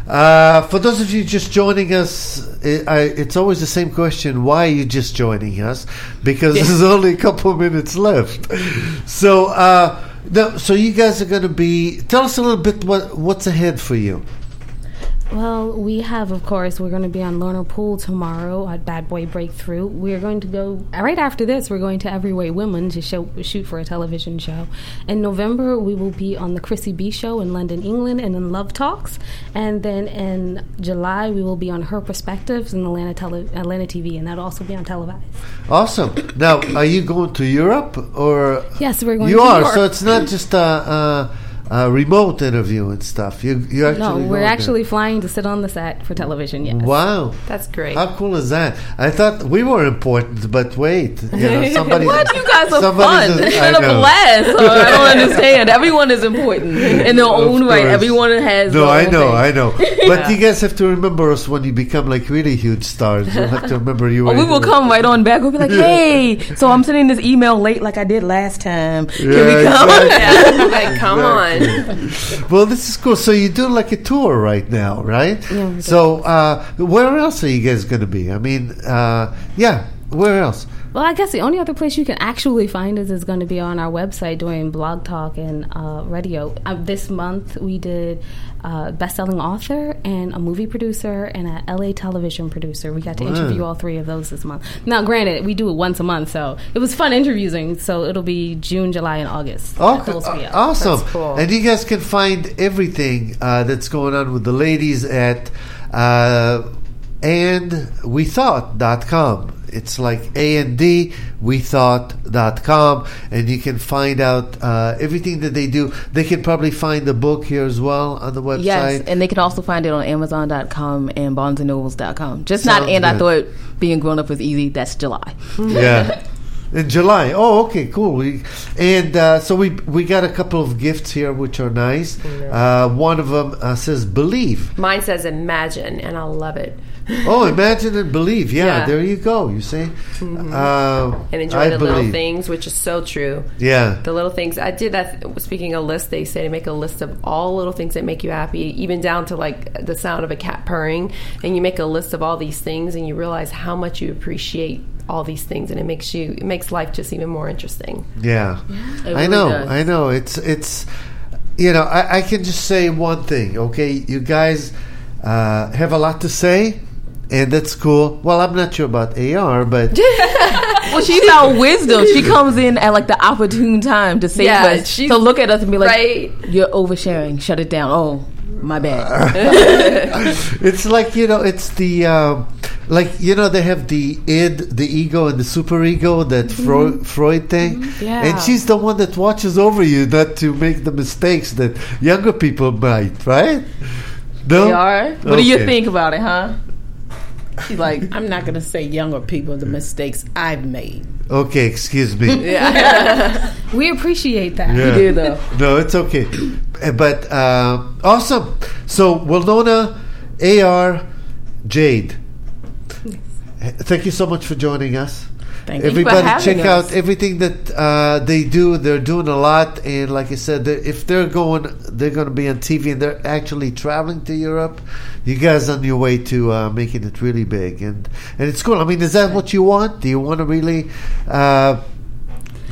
S3: Uh, for those of you just joining us, i I, it's always the same question: Why are you just joining us? Because there's only a couple minutes left. So, uh, no, so you guys are going to be. Tell us a little bit what what's ahead for you.
S5: Well, we have, of course, we're going to be on Lorna Pool tomorrow at Bad Boy Breakthrough. We're going to go, right after this, we're going to Every Way Women to show, shoot for a television show. In November, we will be on The Chrissy B Show in London, England, and in Love Talks. And then in July, we will be on Her Perspectives in Atlanta, tele, Atlanta TV, and that'll also be on televised.
S3: Awesome. Now, are you going to Europe or?
S5: Yes, we're going
S3: you
S5: to
S3: are.
S5: Europe.
S3: So it's not just a, a, a remote interview and stuff. You you actually
S5: No,
S3: going
S5: we're
S3: there.
S5: actually flying to sit on the set for television, yes.
S3: Wow.
S4: That's great.
S3: How cool is that? I thought we were important, but wait, you know, somebody.
S7: What? You guys are
S3: somebody's
S7: fun.
S3: a-
S7: It's
S3: I
S7: been a
S3: know.
S7: blast. So I don't understand. Everyone is important in their
S3: Of
S7: own way.
S3: course.
S7: Everyone has.
S3: No,
S7: their
S3: I
S7: own
S3: know,
S7: thing.
S3: I know. But you guys have to remember us when you become like really huge stars. You'll have to remember you.
S7: Or
S3: were
S7: we will come right on back. We'll be like, hey, so I'm sending this email late like I did last time. Can
S3: Yeah,
S7: we come?
S3: exactly.
S4: Yeah, like, come on.
S3: Well, this is cool. So you do like a tour right now, right?
S5: Yeah, we
S3: So uh, where else are you guys going to be? I mean, uh, yeah, where else?
S5: Well, I guess the only other place you can actually find us is going to be on our website during Blog Talk and uh, radio. Uh, this month we did uh, best-selling author and a movie producer and a LA television producer. We got to interview all three of those this month. Now, granted, we do it once a month, so it was fun interviewing. So it'll be June, July, and August. that
S3: Okay,
S5: those be up.
S3: awesome.
S4: That's cool.
S3: And you guys can find everything uh, that's going on with the ladies at uh, andwethought.com. It's like A and D, wethought.com, and you can find out uh, everything that they do. They can probably find the book here as well on the website.
S7: Yes, and they can also find it on Amazon.com and BarnesandNobles.com. Just
S3: Sounds
S7: not and I
S3: good.
S7: thought being grown up was easy. That's July.
S3: yeah. In July. Oh, okay, cool. We, and uh, so we we got a couple of gifts here, which are nice. Uh, one of them uh, says believe.
S4: Mine says imagine, and I love it.
S3: Oh, imagine and believe. Yeah,
S4: Yeah. Mm-hmm.
S3: there you go. You see, Uh,
S4: And enjoy
S3: I
S4: the little
S3: believe.
S4: things, which is so true.
S3: Yeah,
S4: The little things. I did that. Speaking of lists, they say to make a list of all little things that make you happy, even down to like the sound of a cat purring. And you make a list of all these things, and you realize how much you appreciate all these things, and it makes you it makes life just even more interesting.
S3: yeah. I
S7: really
S3: know.
S7: does.
S3: I know. It's it's. You know, I, I can just say one thing. Okay, you guys uh, have a lot to say. And that's cool. Well, I'm not sure about AR, but
S7: Well, she's our wisdom. She comes in at like the opportune time to save
S4: Yeah,
S7: us.
S4: she's-
S7: to look at us and be like,
S4: Right.
S7: "You're oversharing. Shut it down." Oh, my
S3: Uh,
S7: bad.
S3: it's like you know it's the um, like you know they have the id the ego and the superego that
S7: Mm-hmm.
S3: freud, freud thing
S6: Yeah.
S3: and she's the one that watches over you not to make the mistakes that younger people might right no
S7: They are. What do you
S3: Okay.
S7: think about it, huh? She's like,
S8: I'm not going to say younger people the mistakes I've made.
S3: okay excuse me
S6: We appreciate that.
S3: Yeah.
S7: "You though."
S3: no it's okay Uh, but uh, awesome so Winona ar jade thank you so much for joining us
S8: Thank you.
S3: Everybody,
S7: having
S3: check
S7: us.
S3: out everything that uh, they do. They're doing a lot, and like I said, they're- if they're going, they're going to be on TV, and they're actually traveling to Europe. You guys on your way to uh, making it really big, and and it's cool. I mean, is that what you want? Do you want to really uh,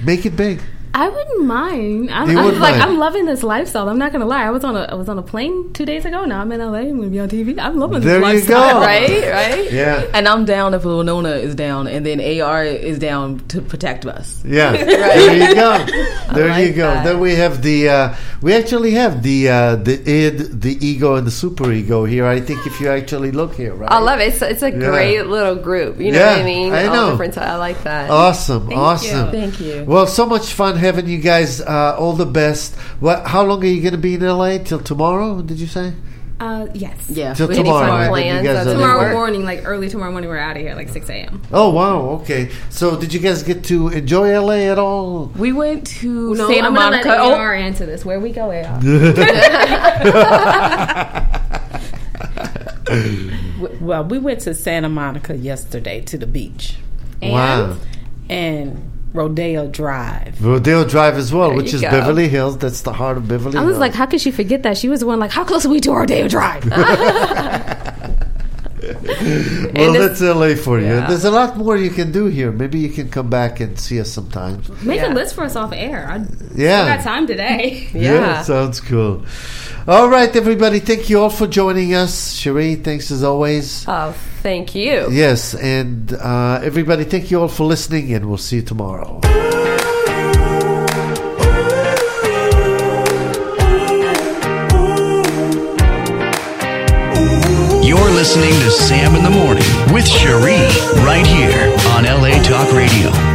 S3: make it big?
S6: I wouldn't mind. I'm,
S3: You
S6: I'm
S3: wouldn't
S6: like
S3: mind.
S6: I'm loving this lifestyle. I'm not gonna lie. I was on a I was on a plane two days ago. Now I'm in LA. I'm gonna be on TV. I'm loving
S3: There
S6: this
S3: you go.
S6: lifestyle.
S7: Right, right.
S3: Yeah,
S7: And I'm down if Winona is down, and then AR is down to protect us.
S3: yeah. There you go. There you
S4: like
S3: go.
S4: that.
S3: Then we have the uh, we actually have the uh, the id, the ego, and the superego here. I think if you actually look here, right?
S4: I love it. It's, it's a great little group. You know what
S3: Yeah,
S4: I mean?
S3: I know. Oh.
S4: All different. I like that.
S3: Awesome, awesome.
S7: Thank you.
S3: Well, so much fun having you guys. Uh, all the best. What? How long are you going to be in LA till tomorrow? Did you say
S6: Uh, yes.
S7: Yeah.
S3: till
S7: we-
S3: tomorrow?
S4: fun
S3: and then
S4: plans,
S3: you guys
S4: that's
S3: are
S4: what
S3: leaving.
S6: Tomorrow
S4: Work.
S6: morning, like early tomorrow morning, we're out of here, like 6 a.m.
S3: Oh wow. Okay. So, did you guys get to enjoy LA at all?
S7: We went to
S6: No,
S7: Santa
S6: I'm gonna
S7: Monica.
S6: let
S7: Oh,
S6: AR answer this. Where we go, AR?
S8: W- Well, we went to Santa Monica yesterday to the beach
S3: Wow.
S8: and Rodeo Drive.
S3: Rodeo Drive as well, which
S4: you
S3: is
S4: go.
S3: Beverly Hills. That's the heart of Beverly.
S6: I
S3: Hills.
S6: was like, how could she forget that? She was the one like, how close are we to our day of drive?
S3: well,
S4: and this-
S3: that's LA for you. There's a lot more you can do here. Maybe you can come back and see us sometime.
S6: Make
S4: Yeah.
S6: a list for us off air. I
S3: Yeah.
S6: got time today.
S3: Yeah.
S4: Yeah.
S3: sounds cool. All right, everybody. Thank you all for joining us. Cherie, thanks as always.
S4: Oh, thank you.
S3: Yes, and uh, everybody, thank you all for listening, and we'll see you tomorrow.
S2: You're listening to Sam in the Morning with Cherie right here on LA Talk Radio.